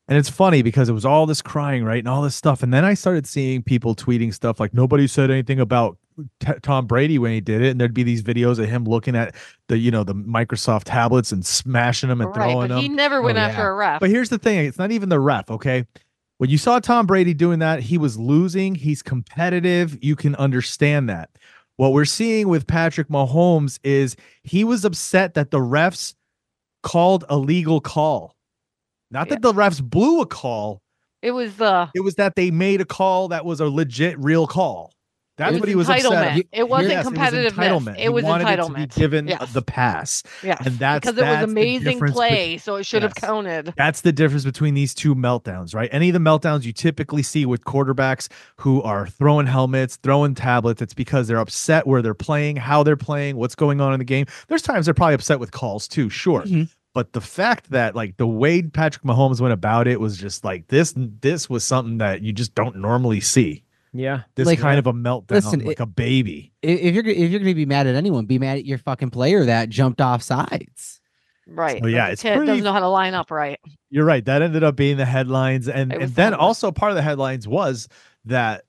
And it's funny because it was all this crying, right? And all this stuff. And then I started seeing people tweeting stuff like nobody said anything about T- Tom Brady when he did it. And there'd be these videos of him looking at the, you know, the Microsoft tablets and smashing them and right. throwing But them. he never went Oh, after yeah. a ref. But here's the thing: it's not even the ref. Okay, when you saw Tom Brady doing that, he was losing. He's competitive. You can understand that. What we're seeing with Patrick Mahomes is he was upset that the refs called a legal call. Not that the refs blew a call. it was uh, the. It was that they made a call that was a legit, real call. That's It what he was upset. entitlement. at. He- It wasn't Yes, competitive. entitlement. He It was wanted entitlement. to be given uh, Yes. the pass, Yes. and that's because it was that's the amazing difference between- play, so it should have Yes. counted. That's the difference between these two meltdowns, right? Any of the meltdowns you typically see with quarterbacks who are throwing helmets, throwing tablets, it's because they're upset where they're playing, how they're playing, what's going on in the game. There's times they're probably upset with calls too, sure. Mhm. But the fact that like the way Patrick Mahomes went about it was just like this this was something that you just don't normally see. yeah. This Like, kind of a meltdown listen, like it- a baby. I- If you're if you're gonna be mad at anyone, be mad at your fucking player that jumped off sides. Right. So, yeah, Like, it's the kid pretty- doesn't know how to line up right. You're right. That ended up being the headlines. And, It and was then something. also part of the headlines was that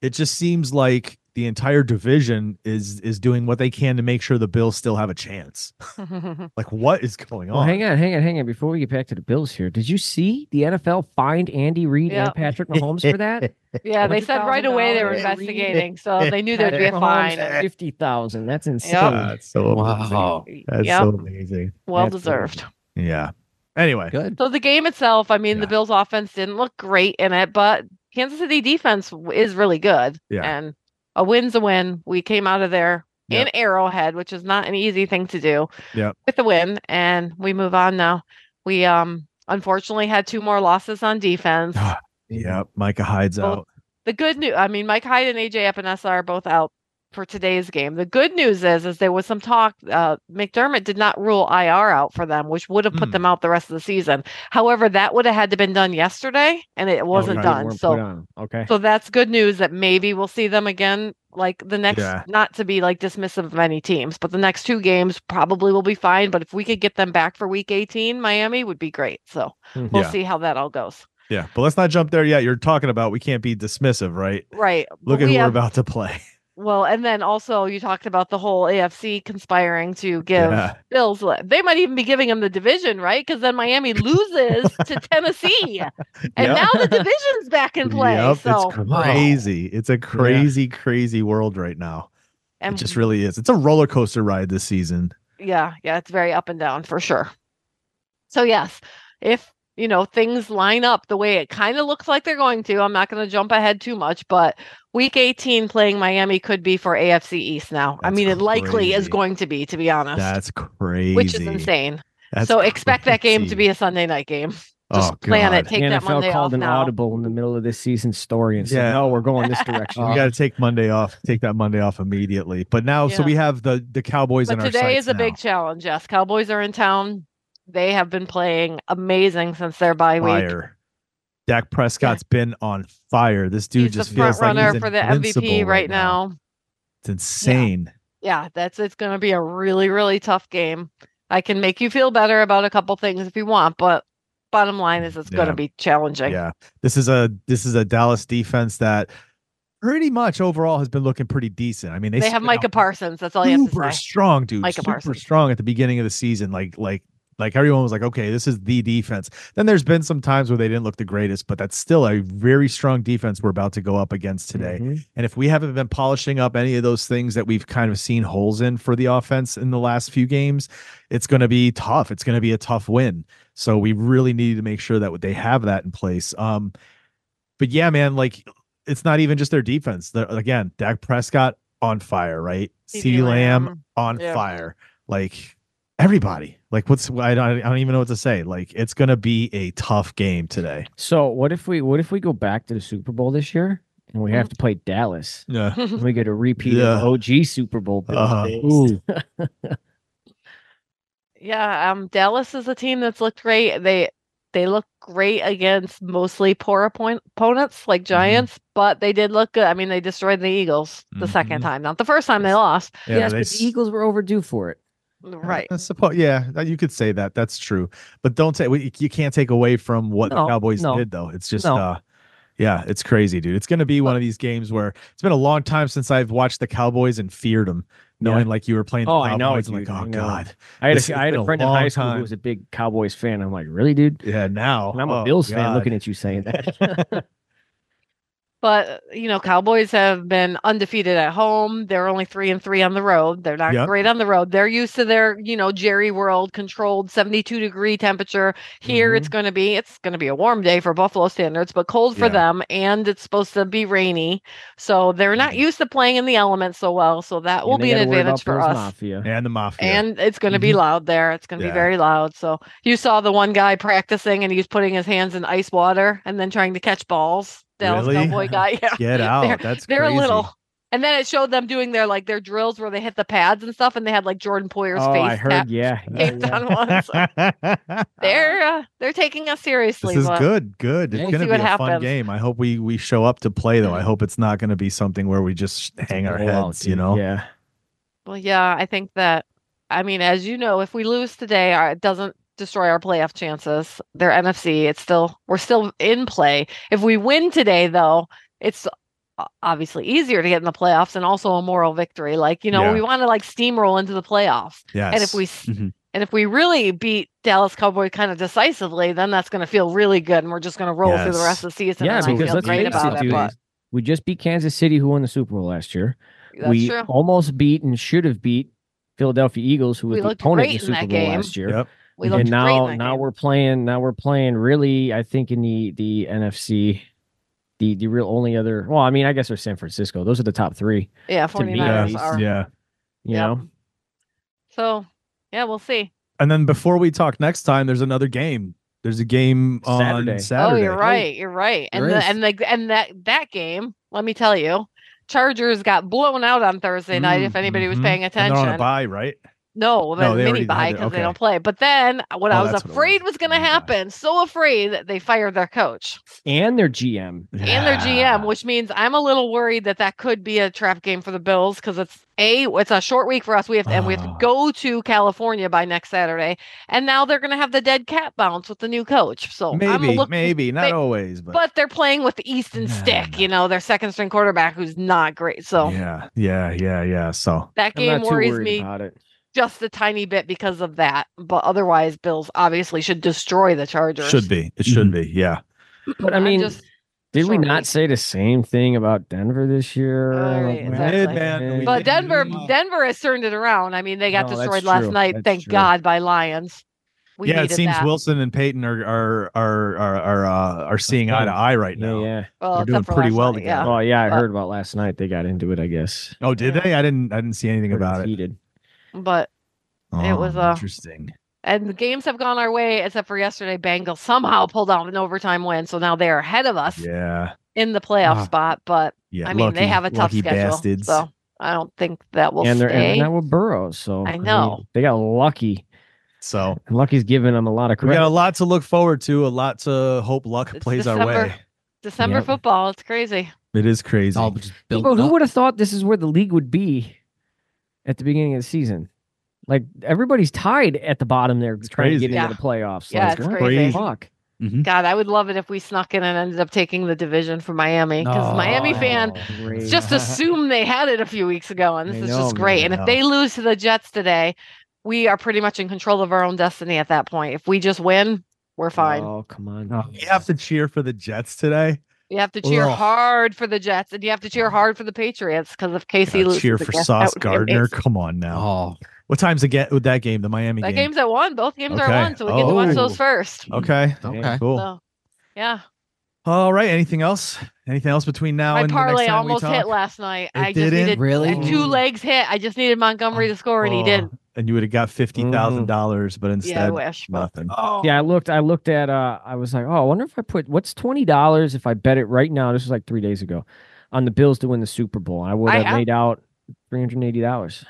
it just seems like the entire division is is doing what they can to make sure the Bills still have a chance. Like what is going on? Well, hang on, hang on, hang on. Before we get back to the Bills here, did you see the NFL fined Andy Reid Yeah. and Patrick Mahomes for that? Yeah, they said right away they were $100,000 every- investigating, so they knew there'd be Patrick a fine. Mahomes fifty thousand. That's insane. Yep. so Wow. That's Yep. so amazing. well That's so- deserved. Yeah. Anyway, Good. So the game itself, I mean, Yeah. the Bills' offense didn't look great in it, but Kansas City defense w- is really good, Yeah. and a win's a win. We came out of there in Arrowhead, which is not an easy thing to do. Yep. with the win, and we move on now. We um unfortunately had two more losses on defense. yeah, Micah hides Well, out. the good news i mean mike hyde and aj epinesa are both out for today's game the good news is is there was some talk uh, mcdermott did not rule ir out for them which would have put Hmm. them out the rest of the season however that would have had to been done yesterday and Oh, it wasn't Okay. done Weren't put so on. okay. so that's good news that maybe we'll see them again like the next Yeah. not to be like dismissive of any teams but the next two games probably will be fine but if we could get them back for week 18 miami would be great so Mhm. we'll Mm-hmm. Yeah. see how that all goes Yeah, but let's not jump there yet. You're talking about we can't be dismissive, right? right but Look at we who we're have- about to play. Well, and then also you talked about the whole AFC conspiring to give Yeah. Bills. li- They might even be giving them the division, right? Because then Miami loses to Tennessee, and Yep. now the division's back in play. Yep, so it's crazy. It's a crazy, crazy world right now. and it just really is. It's a roller coaster ride this season. yeah, yeah, it's very up and down for sure. So yes, if you know things line up the way it kind of looks like they're going to, I'm not going to jump ahead too much, but week 18 playing Miami could be for AFC East now. I That's mean, it likely is crazy. going to be, to be honest, That's crazy. which is insane. That's so expect that game crazy. to be a Sunday night game. oh, Just plan it. God. Take the that NFL Monday called off an now. audible in the middle of this season story and said, Yeah. Oh, "No, we're going this direction." We got to take Monday off. Take that Monday off immediately. But now, so Yeah. we have the the Cowboys But in our today sights is a now. big challenge. Yes, Cowboys are in town. They have been playing amazing since their bye week. fire. Dak Prescott's been on fire. This dude he's just the front feels runner like he's for the invincible MVP right now. It's insane. Yeah, that's it's going to be a really really tough game. I can make you feel better about a couple things if you want, but bottom line is it's going Yeah. to be challenging. Yeah. This is a this is a Dallas defense that pretty much overall has been looking pretty decent. I mean, they, They have spit Micah out Parsons. That's all you have Super to say. strong, dude. Micah super Parsons. strong at the beginning of the season. Like like like everyone was like, okay, this is the defense. Then there's been some times where they didn't look the greatest, but that's still a very strong defense we're about to go up against today. Mm-hmm. And if we haven't been polishing up any of those things that we've kind of seen holes in for the offense in the last few games, it's going to be tough. It's going to be a tough win. So we really need to make sure that they have that in place. Um, but yeah, man, like it's not even just their defense. They're- again, Dak Prescott on fire, right? CeeDee Lamb on Yeah. fire. Like everybody. Like what's I don't, I don't even know what to say. Like it's going to be a tough game today. So what if we what if we go back to the Super Bowl this year and we Mm-hmm. have to play Dallas Yeah. and we get a repeat Yeah. of OG Super Bowl? Uh-huh. Ooh. Yeah, um, Dallas is a team that's looked great. They they look great against mostly poor oppo- opponents like Giants, but they did look good. I mean, they destroyed the Eagles the second Mhm. time, not the first time they lost. yes, they but the Eagles were overdue for it. Right. I suppose, yeah, that- you could say that. That's true. But don't take we- you can't take away from what No, the Cowboys no, did though. It's just no. uh yeah, it's crazy, dude. It's going to be one of these games where it's been a long time since I've watched the Cowboys and feared them, knowing like you were playing. The Oh, I know, Cowboys, I'm like, dude, I oh know. god, I had This a, has I had been a a friend in long high school time. who was a big Cowboys fan. I'm like, really, dude? yeah. Now And I'm a Oh, Bills fan God. looking at you saying that. But you know, Cowboys have been undefeated at home. They're only three and three on the road. They're not Yep. great on the road. They're used to their, you know, Jerry World controlled 72 degree temperature. Here Mm-hmm. it's gonna be it's gonna be a warm day for Buffalo standards, but cold for Yeah. them, and it's supposed to be rainy. So they're not used to playing in the elements so well. So that will Mm-hmm. And they be an gotta worry about advantage for Bills us. Mafia. and the Mafia. And it's going to be loud there. It's going to Mm-hmm. Yeah. be very loud. So you saw the one guy practicing and he was putting his hands in ice water and then trying to catch balls. Dallas Really? Cowboy guy. Yeah. Get out. That's They're crazy. a little. And then it showed them doing their like their drills where they hit the pads and stuff, and they had like Jordan Poyer's Oh, face I tap- heard. Yeah. yeah, taped yeah. on one. So they're uh, they're taking us seriously. This is but good. Good. It's Yeah. going to See be a what fun happens. game. I hope we we show up to play Mm. though. I hope it's not going to be something where we just hang our Roll out, heads. you dude, know. Yeah. Well, yeah, I think that. I mean, as you know, if we lose today, our, it doesn't destroy our playoff chances. They're NFC. It's still we're still in play. If we win today, though, it's o- obviously easier to get in the playoffs and also a moral victory. Like you know, Yeah. we want to like steamroll into the playoffs. Yes. And if we s Mhm. and if we really beat Dallas Cowboy kind of decisively, then that's going to feel really good, and we're just going to roll through the rest of the season. Yeah, and I because feel let's great face about it, it. dude. But We just beat Kansas City, who won the Super Bowl last year. that's we true. almost beat and should have beat Philadelphia Eagles, who was We the looked opponent in great the in Super that Bowl game. last year. Yep. We looked and now, great in that now game. we're playing. Now we're playing. Really, I think in the the NFC, the the real only other. Well, I mean, I guess there's San Francisco. Those are the top three. yeah, to me, 49ers yeah. are. yeah. You Yep. know, So yeah, we'll see. And then before we talk next time, there's another game. There's a game on Saturday. Saturday. Oh, you're right. You're right. And There the, is. and the, and that that game, let me tell you, Chargers got blown out on Thursday night. If anybody was Mhm. paying And they're on a attention, bye, right? No, the they already mini had buy it. because they Okay. don't play. But then what Oh, I was that's what it afraid was. was going to Mini buy. happen, so afraid that they fired their coach and their GM. and their GM, which means I'm a little worried that that could be a trap game for the Bills because it's a it's a short week for us. We have to, and we have to Ah. go to California by next Saturday, and now they're going to have the dead cat bounce with the new coach. So I'm maybe, look, maybe not they- always, but, but they're playing with the Easton Nah, stick, nah. you know, their second string quarterback who's not great. So yeah, yeah, yeah, yeah. So that I'm game not too worries worried me about it. just a tiny bit because of that. But otherwise, Bills obviously should destroy the Chargers. should be, it should Mm-hmm. be, yeah. But I I'm mean, just- did we short not week. say the same thing about Denver this year? All right, Like, We exactly. did, man. We but did. Denver, Uh, Denver has turned it around. I mean, they got No, that's destroyed last true. night, That's thank true. God, by Lions. We yeah, it needed seems that. Wilson and Peyton are are are are are, uh, are seeing eye to eye right yeah, now. yeah. Well, they're except doing for pretty last well night, together. Yeah. Oh yeah, I But- heard about last night. They got into it, I guess. Oh, did Yeah. they? I didn't. I didn't see anything Pretty about it. heated. But It Oh, was, uh, interesting. and the games have gone our way, except for yesterday. Bengals somehow pulled out an overtime win, so now they are ahead of us Yeah, in the playoff Ah. spot. But yeah. I mean, they lucky- have a tough lucky schedule, Bastards. so I don't think that will and they're stay. and they're not with Burrow, so I know. they got lucky. So And Lucky's giving them a lot of we got a credit. lot to look forward to. A lot to hope luck It's plays our December. way. December Yep. football, it's crazy. It is It's crazy. all just built Well, who up. would have thought this is where the league would be at the beginning of the season? Like everybody's tied at the bottom there, trying crazy. to get into Yeah. the playoffs. Yeah, Like, it's what the crazy. Fuck. God, I would love it if we snuck in and ended up taking the division for Miami because Miami fan Oh, Great. just assumed they had it a few weeks ago, and this I is know, just great. man, And I if they know. lose to the Jets today, we are pretty much in control of our own destiny at that point. If we just win, we're fine. Oh come on. We have to cheer for the Jets today. You have to cheer Ugh. hard for the Jets, and you have to cheer hard for the Patriots because if Casey Gotta loses, cheer for again, that Sauce would be Gardner. amazing. Come on now. Oh, What time's the get with that game? The Miami That game. game's at one. Both games are Okay. at one, so we get to watch Oh. those first. Okay. Oh, okay. Cool. So, yeah, All right. Anything else? Anything else between now my and the next parlay time almost we talk? hit last night. It I just didn't? needed Really? and two legs hit. I just needed Montgomery to score, and he Oh, Mm-hmm. did. And you would have got fifty thousand dollars, but instead Yeah, I wish. But nothing. Yeah, I looked. I looked at. Uh, I was like, oh, I wonder if I put what's twenty dollars if I bet it right now. This was like three days ago, on the Bills to win the Super Bowl. I would I have have- laid out three hundred eighty dollars.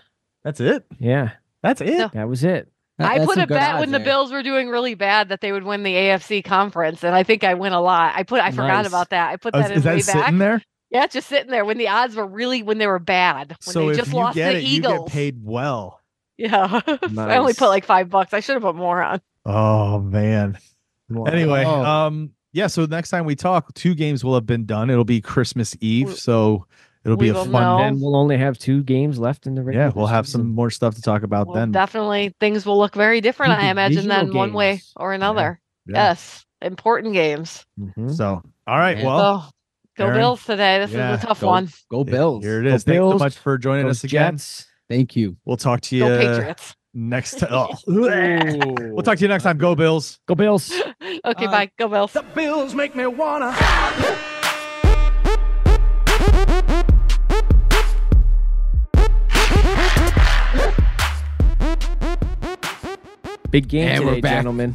That's it. Yeah, That's it. No. that was it. That- I that's put some a good bet odds when the there. Bills were doing really bad that they would win the AFC conference, and I think I win a lot. I put I forgot Nice. about that. I put Oh, is- that in is way that back. sitting there? Yeah, it's just sitting there when the odds were really when they were bad. When So they if just you lost get the it, you get Eagles. paid well. Yeah. I only Nice. put like five bucks. I should have put more on. Oh man. Anyway, Oh. um, yeah. So next time we talk, two games will have been done. It'll be Christmas Eve, We- so it'll be we a will fun. know. And we'll only have two games left in the regular. Yeah, we'll have some season. more stuff to talk about Well, then. definitely things will look very different, Two I imagine, divisional then one way games. or another. Yeah. Yes. Important games. Mhm. So, all right. Yeah. Well, so go Aaron, Bills today. This yeah, is a tough go, one. Go Bills. Here it is. Go Thanks so Bills. much for joining Those us again. Jets. Thank you. We'll talk to Go you Patriots. next time. we'll talk to you next time. Go Bills. Go Bills. okay, Bye. bye. Go Bills. The bills make me wanna. Big game And we're today, back. gentlemen.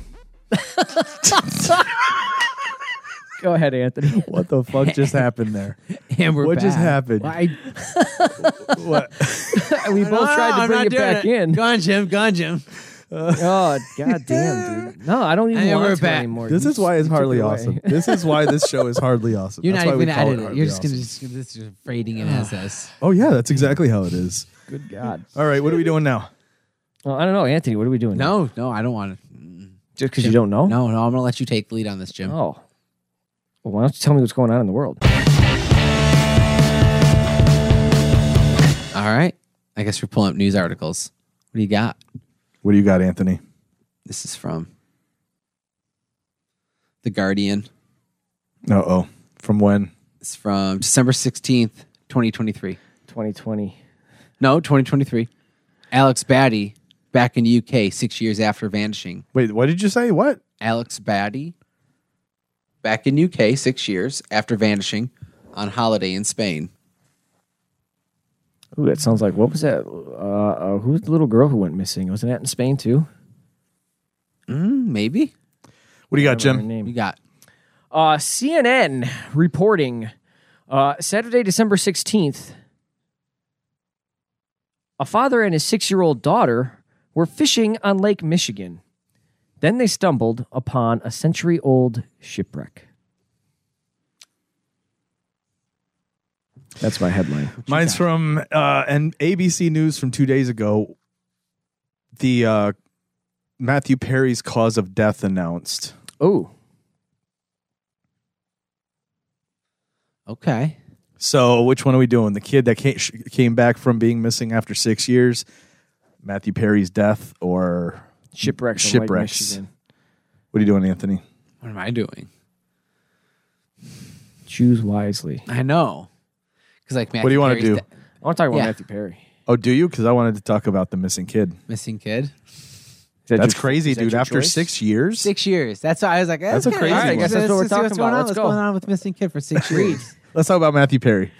Go ahead, Anthony. What the fuck just happened there? And we're What just back. happened? Well, I- What? we No, both tried to Ah, I'm bring not it doing back it. in. Go on, Jim. Go on, Jim. Oh god damn, dude. No, I don't even And want we're to back. anymore. This You is why just it's took hardly away. awesome. This is why this show is hardly awesome. You're That's not why we even gonna call edit it. hardly You're just gonna awesome. just, this is fading it as this. Oh yeah, that's exactly how it is. Good god. All right, what are we doing now? Well, I don't know, Anthony. What are we doing? now? No, no, I don't want to. just because you don't know. No, no, I'm gonna let you take the lead on this, Jim. Oh. Well, why don't you tell me what's going on in the world? All right. I guess we're pulling up news articles. What do you got? What do you got, Anthony? This is from The Guardian. Uh oh. From when? It's from December 16th, 2023. 2020. No, 2023. Alex Batty back in the UK six years after vanishing. Wait, what did you say? What? Alex Batty back in UK six years after vanishing on holiday in Spain. Ooh, that sounds like what was that? Uh, uh, who was the little girl who went missing? Wasn't that in Spain too? Mm, maybe. What do you got, Remember Jim? her name. You got Uh, CNN reporting uh, Saturday, December 16th, a father and his six year old daughter were fishing on Lake Michigan. Then they stumbled upon a century old shipwreck. That's my headline. Mine's from uh, an ABC News from two days ago. The uh, Matthew Perry's cause of death announced. Oh, Okay. So, which one are we doing? The kid that came, sh- came back from being missing after six years, Matthew Perry's death, or shipwrecks. On Lake Shipwrecks. Michigan. what are you doing, Anthony? What am I doing? Choose wisely. I know. Because like, Matthew What do you wanna Perry's do? de- I want to talk about Yeah. Matthew Perry. Oh, do you? Because I wanted to talk about the missing kid. missing kid. Is that That's your- crazy, is that dude. your After choice? six years, Six years. That's why I was like, eh, That's a kinda crazy interesting. one. I guess that's what we're Let's see what's talking going on. about. Let's what's go. going on with missing kid for six years? let's talk about Matthew Perry.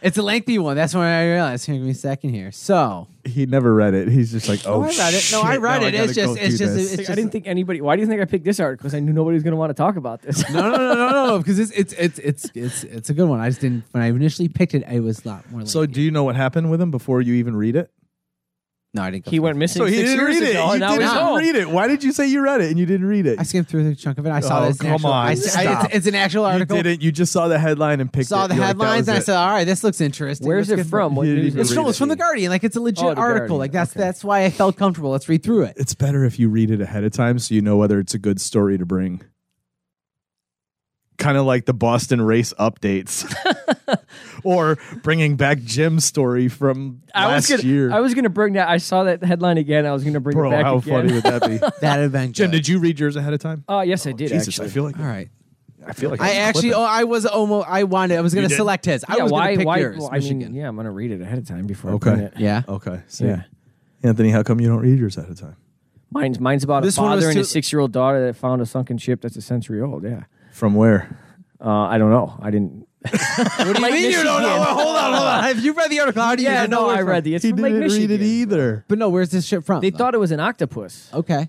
It's a lengthy one. That's when I realized. Here, give me a second here. So He never read it. He's just like, oh, I read it. No, shit, I read now it. gotta It's just- go it's do just- this. it's- I didn't think anybody. Why do you think I picked this article? Because I knew nobody was going to want to talk about this. no, no, no, no, no, no, because it's it's it's it's it's it's a good one. I just didn't when I initially picked it. It was a lot more. so, lengthy. do you know what happened with him before you even read it? no, I didn't. Go he through went it. missing six years ago, You and now he's didn't home. read it. Why did you say you read it and you didn't read it? I skimmed through the chunk of it. I saw Oh, this. come on, I, s- I- stop. it's, it's an actual you article. didn't. You just saw the headline and picked saw it. the You're like, that headlines was and I it. said, "All right, this looks interesting." Where's Let's it get- from? What You didn't news even It's read from, it. it's from the Guardian. Like it's a legit Oh, The article. Guardian. Like that's Okay. that's why I felt comfortable. Let's read through it. It's better if you read it ahead of time so you know whether it's a good story to bring. Kind of like the Boston race updates, or bringing back Jim's story from I was last gonna, year. I was gonna bring that. I saw that headline again. I was gonna bring Bro, it back how again. funny would that be? That event. Jim, did you read yours ahead of time? Oh yes, I did. Jesus, actually. I feel like All right. I feel like I I'm actually. clipping. Oh, I was almost. I wanted. I was going You to did? select his. I yeah, was going why? to pick Why? yours. well, I mean, Michigan. yeah, I'm gonna read it ahead of time before. I Okay. bring it. Yeah. okay. See, Yeah. Anthony, how come you don't read yours ahead of time? Mine's mine's about This a one was father and too- his six year old daughter that found a sunken ship that's a century old. Yeah. From where? Uh, I don't know. I didn't. What do you mean you don't know? Well, Hold on, hold on. Have you read the article? How do you Yeah, even know? no, where I from? read the. It's he from Lake didn't read Michigan. it either. But no, where's this ship from? They though? thought it was an octopus Okay. because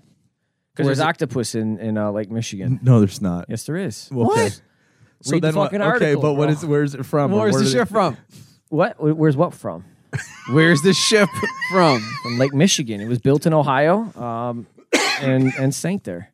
Where's there's it- octopus in in uh, Lake Michigan. No, there's not. Yes, there is. Okay. So Read the then, what- fucking okay, article, but what bro. is? Where's it from? or Where's where the did it- ship from? What? Wh- Where's what from? Where's the ship from? From Lake Michigan. It was built in Ohio, um, and and sank there.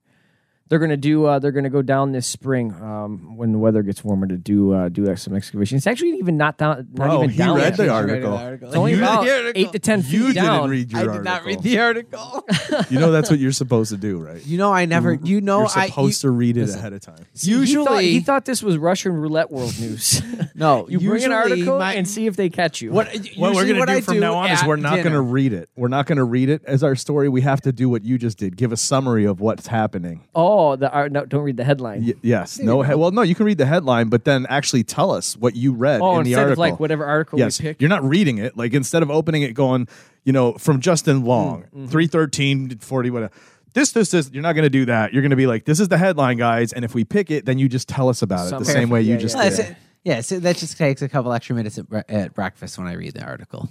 They're gonna do. Uh, they're gonna go down this spring um, when the weather gets warmer to do uh, do some excavation. It's actually even not down. Not Bro, even he down. read yet. the read article. the article. It's only You didn't about hear it. eight to ten feet You down. didn't read your I article. did not read the article. You know that's what you're supposed to do, right? you know, I never. You know, You're I. supposed to read it ahead of time. you, He usually, thought, he thought this was Russian roulette world news. no. you bring an usually article my- and see if they catch you. What, What we're going usually to what do I from now on is at we're not going to dinner- read it. We're not going to read it as our story. We have to do what you just did. Give a summary of what's happening. Oh, the ar- no, don't read the headline. Y- yes. No. He- well, no. You can read the headline, but then actually tell us what you read oh, in the instead article. of like whatever article yes. we pick. You're not reading it. Like instead of opening it, going, you know, from Justin Long, Mm-hmm. three thirteen forty, whatever. This, this, this. You're not going to do that. You're going to be like, this is the headline, guys. And if we pick it, then you just tell us about it the Summary. same way you Yeah, just Well, that's did. it. Yeah, so that just takes a couple extra minutes at, bre- at breakfast when I read the article.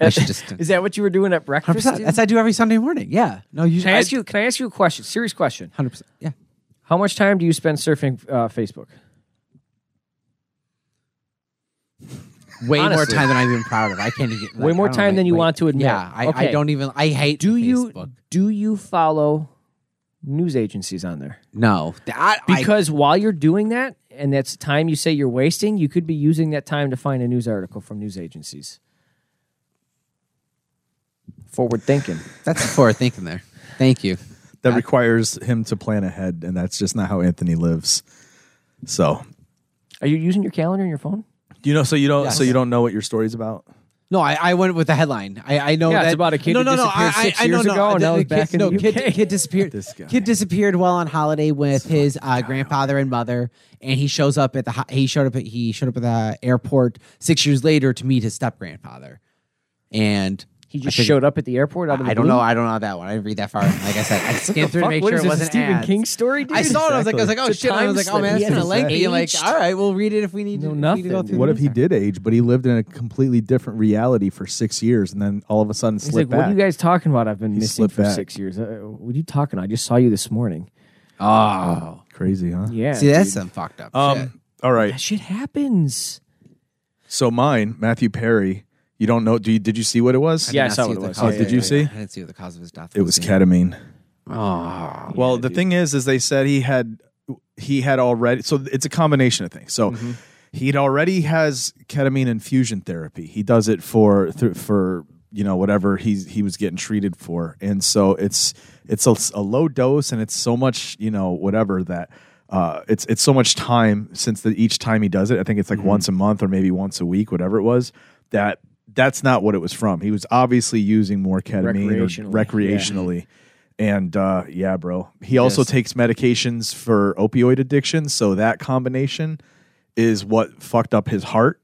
I should just. Is that what you were doing at breakfast? 100%. dude? That's what I do every Sunday morning. Yeah. No, you. Can I ask you? Can I ask you a question? Serious question. Hundred percent. Yeah. How much time do you spend surfing uh, Facebook? Way more Honestly. time than I'm even proud of. I can't even. Way like, more I don't time like- than you like- want to admit. Yeah. I, I Okay. don't even. I hate. Do you Facebook. do you follow news agencies on there? No. That, I- Because while you're doing that, and that's time you say you're wasting, you could be using that time to find a news article from news agencies. Forward thinking. that's forward thinking there. Thank you. that requires him to plan ahead, and that's just not how Anthony lives. So Are you using your calendar and your phone? you know, so you don't, so Yes. you don't know what your story's about. No, I, I went with the headline. I, I know Yeah, it's that, about a kid no, that no, no, disappeared I, six I, I, no, years no, ago, and now the he's back kid- in no, the kid, UK. Kid disappeared. This guy. Kid disappeared while on holiday with his uh, grandfather and mother, and he shows up at the ho- he showed up at he showed up at the airport six years later to meet his step grandfather, and He just I figured- showed up at the airport out of the I don't blue? know. I don't know that one. I didn't read that far. Like I said, I skimmed through to Fuck, make what sure it is this, a wasn't Stephen ads. King story, dude? I saw it. I was like, I was like, oh It's a shit! I was like, time oh man, slip. that's kind of Yes, lengthy. I'm like, aged. all right, we'll read it if we need to. No, if we need to go nothing. through What the if he did age, but he lived in a completely different reality for six years, and then all of a sudden He's slipped like, what are back? you guys talking about? I've been missing slipped for back. six years. Uh, what are you talking? I just saw you this morning. Oh, Crazy, huh? Yeah. see, that's dude. some fucked up shit. Um. All right. that shit happens. So mine, Matthew Perry. You don't know? Do you, did you see what it was? did Yeah, I not saw see what the it was. cause Oh, of did you his- see? I didn't see what the cause of his death. It was yeah. ketamine. Oh, Well, the thing is, is they said he had he had already. So it's a combination of things. So Mm-hmm. he'd already has ketamine infusion therapy. He does it for th- for you know whatever he's he was getting treated for, and so it's it's a, a low dose, and it's so much you know whatever that. Uh, it's it's so much time since the, each time he does it. I think it's like Mm-hmm. once a month or maybe once a week, whatever it was. That that's not what it was from. He was obviously using more ketamine Recreationally, or yeah. recreationally. And uh, yeah, bro. He also Yes. takes medications for opioid addiction. So that combination is what fucked up his heart,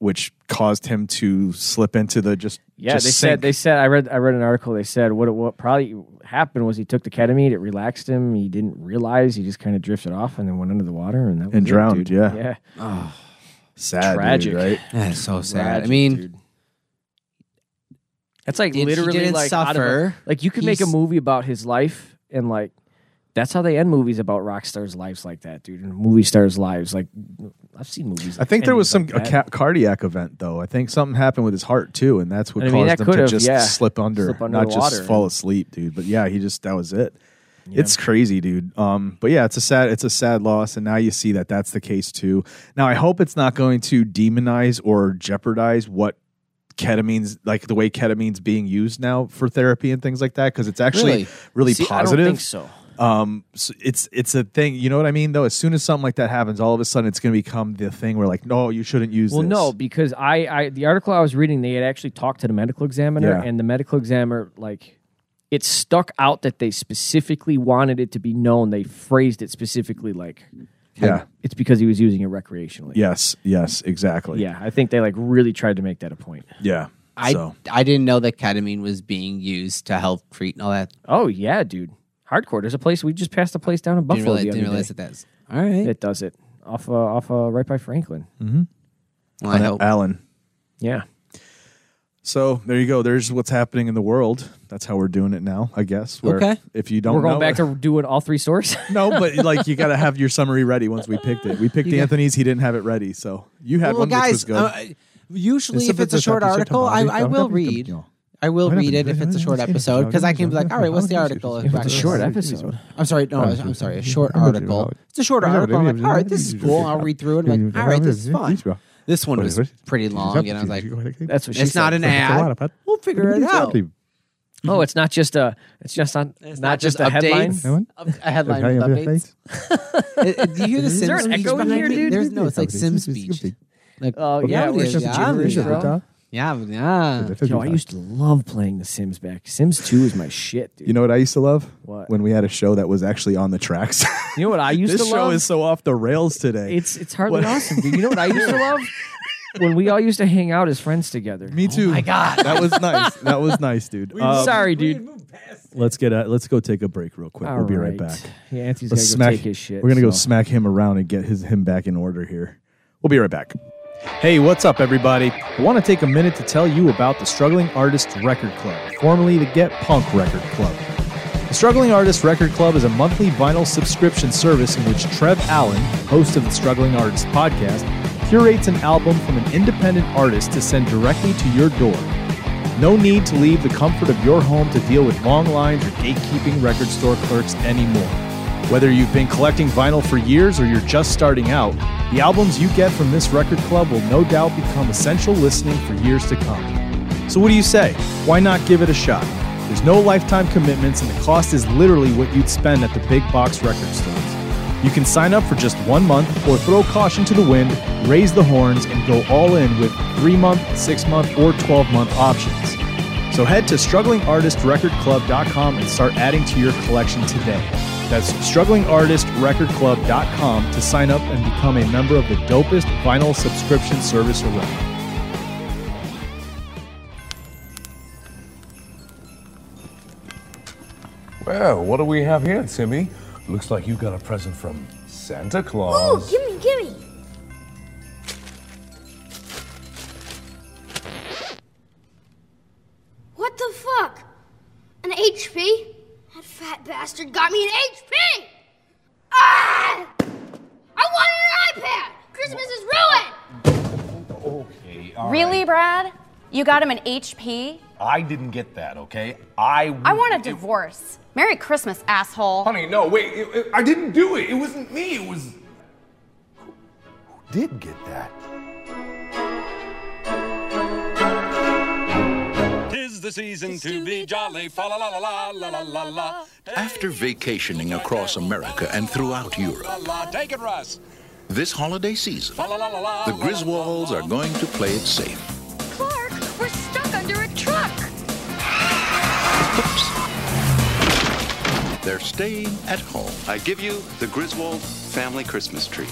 which caused him to slip into the just. Yeah, just they sink. said they said I read I read an article. They said what what probably happened was he took the ketamine, it relaxed him. He didn't realize he just kind of drifted off and then went under the water and that was And it, drowned, dude. yeah. yeah, sad, dude, tragic. right? that is so sad. I Tragic, mean, dude. that's like did- he literally didn't like out of a- suffer. like you could make a He's- movie about his life and like that's how they end movies about rock stars' lives like that, dude, and movie stars' lives. Like I've seen movies. I think there was some endings a like that. ca- cardiac event though. I think something happened with his heart too, and that's what I caused mean, that him to could've, just yeah, slip under, slip under not the just water. fall asleep, dude. But yeah, he just that was it. It's crazy, dude. Um, but yeah, it's a sad, it's a sad loss, and now you see that that's the case too. Now I hope it's not going to demonize or jeopardize what ketamine's like the way ketamine's being used now for therapy and things like that because it's actually really, Really? See, positive. I don't think so. Um, so it's it's a thing. You know what I mean? Though, as soon as something like that happens, all of a sudden it's going to become the thing where like, no, you shouldn't use. Well, this. no, because I, I the article I was reading, they had actually talked to the medical examiner, Yeah. and the medical examiner like it stuck out that they specifically wanted it to be known. They phrased it specifically like Yeah. it's because he was using it recreationally. Yes. Yes. Exactly. yeah. I think they like really tried to make that a point. Yeah. I so I didn't know that ketamine was being used to help treat and all that. Oh yeah, dude, hardcore. There's a place we just passed a place down in Didn't Buffalo realize, the other didn't realize day. that that's all right. It does it off uh, off uh, right by Franklin. well, I hope. Alan. Yeah. So there you go. There's what's happening in the world. That's how we're doing it now, I guess. where Okay. If you don't, We're going know- back to doing all three sources. no, but like you got to have your summary ready once we picked it. We picked Anthony's. He didn't have it ready, so you had well, one, which was guys, good. uh, usually Esa if it's a vez short escuché article, I, Tamales, I will ahora vi read. Tamales. I will Ahora read vi it if it's a Tamales, short ahora vi episode because I can be like, all right, what's the Tamales, article? ahora If vi it's a short Tamales. episode. I'm sorry, no, I'm sorry, a short article. It's a short article. I'm like, all right, this is cool. I'll read through it. I'm like, all right, this is fun. This one was pretty long, and I was like, That's what she it's not said. an ad. We'll figure it out. Oh, it's not just a. It's just not. It's not, just, a headline. updates. Up- A headline with updates. Uh, uh, Do you hear the Sims? there an speech echo in behind here, me? dude? There's no. It's like Sims speech. Like, Oh, yeah, it we're is. just yeah, gibberish, yeah, bro. yeah, yeah. Yo, I used to love playing The Sims back. Sims 2 is my shit, dude. You know what I used to love? What? When we had a show that was actually on the tracks. You know what I used this to show love? is so off the rails today. it's it's hardly What- awesome, dude. You know what I used to love? When we all used to hang out as friends together. Me too. my god, that was nice. That was nice, dude. Um, Sorry, dude. Let's get a, let's go take a break real quick. All we'll be right, right. back. Yeah, Anthony's Let's gonna smack- go take his shit. We're gonna go so. smack him around and get his him back in order here. We'll be right back. Hey, what's up, everybody? I want to take a minute to tell you about the Struggling Artists Record Club, formerly the Get Punk Record Club. The Struggling Artists Record Club is a monthly vinyl subscription service in which Trev Allen, host of the Struggling Artists podcast, curates an album from an independent artist to send directly to your door. No need to leave the comfort of your home to deal with long lines or gatekeeping record store clerks anymore. Whether you've been collecting vinyl for years or you're just starting out, the albums you get from this record club will no doubt become essential listening for years to come. So, what do you say? Why not give it a shot? There's no lifetime commitments, and the cost is literally what you'd spend at the big box record stores. You can sign up for just one month or throw caution to the wind, raise the horns, and go all in with three month, six month, or 12 month options. So head to strugglingartistrecordclub.com and start adding to your collection today. That's strugglingartistrecordclub.com to sign up and become a member of the dopest vinyl subscription service around. Well, what do we have here, Timmy? Looks like you got a present from Santa Ooh, Claus. gimme, gimme. What the fuck? An HP? That fat bastard got me an HP! Ah! I want an iPad! Christmas is ruined! Okay, all Really, Brad? You got him an HP? I didn't get that, okay? I. I want a divorce. Merry Christmas, asshole. Honey, no, wait. it- it- I didn't do it. It wasn't me. It was. Who- Who did get that? Tis the season to be jolly. Fa la la la la la la la. After vacationing across America and throughout Europe, Take it, Russ. this holiday season, Fa la la la la. the Griswolds are going to play it safe. Clark, we're stuck under a truck. They're staying at home. I give you the Griswold family Christmas tree.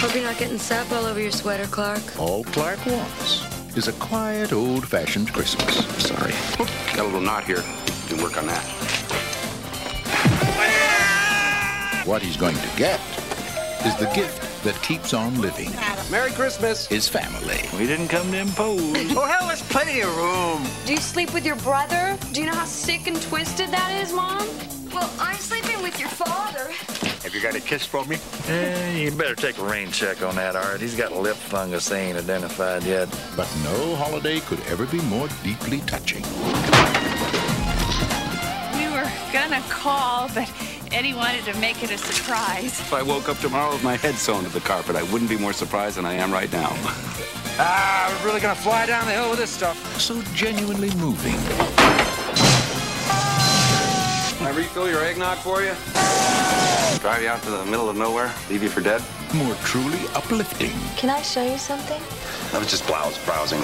Hope you're not getting sap all over your sweater, Clark. All Clark wants is a quiet, old fashioned Christmas. Sorry. Got a little knot here. You can work on that. What he's going to get is the gift that keeps on living Merry Christmas. his family. We didn't come to impose. Oh, hell, there's plenty of room. Do you sleep with your brother? Do you know how sick and twisted that is, Mom? Well, I'm sleeping with your father. Have you got a kiss for me? Eh, you better take a rain check on that, all right? He's got lip fungus they ain't identified yet. But no holiday could ever be more deeply touching. We were gonna call, but Eddie wanted to make it a surprise. If I woke up tomorrow with my head sewn to the carpet, I wouldn't be more surprised than I am right now. ah, we're really gonna fly down the hill with this stuff. So genuinely moving. Can I refill your eggnog for you? Drive you out to the middle of nowhere, leave you for dead? More truly uplifting Can I show you something? I was just blouse browsing.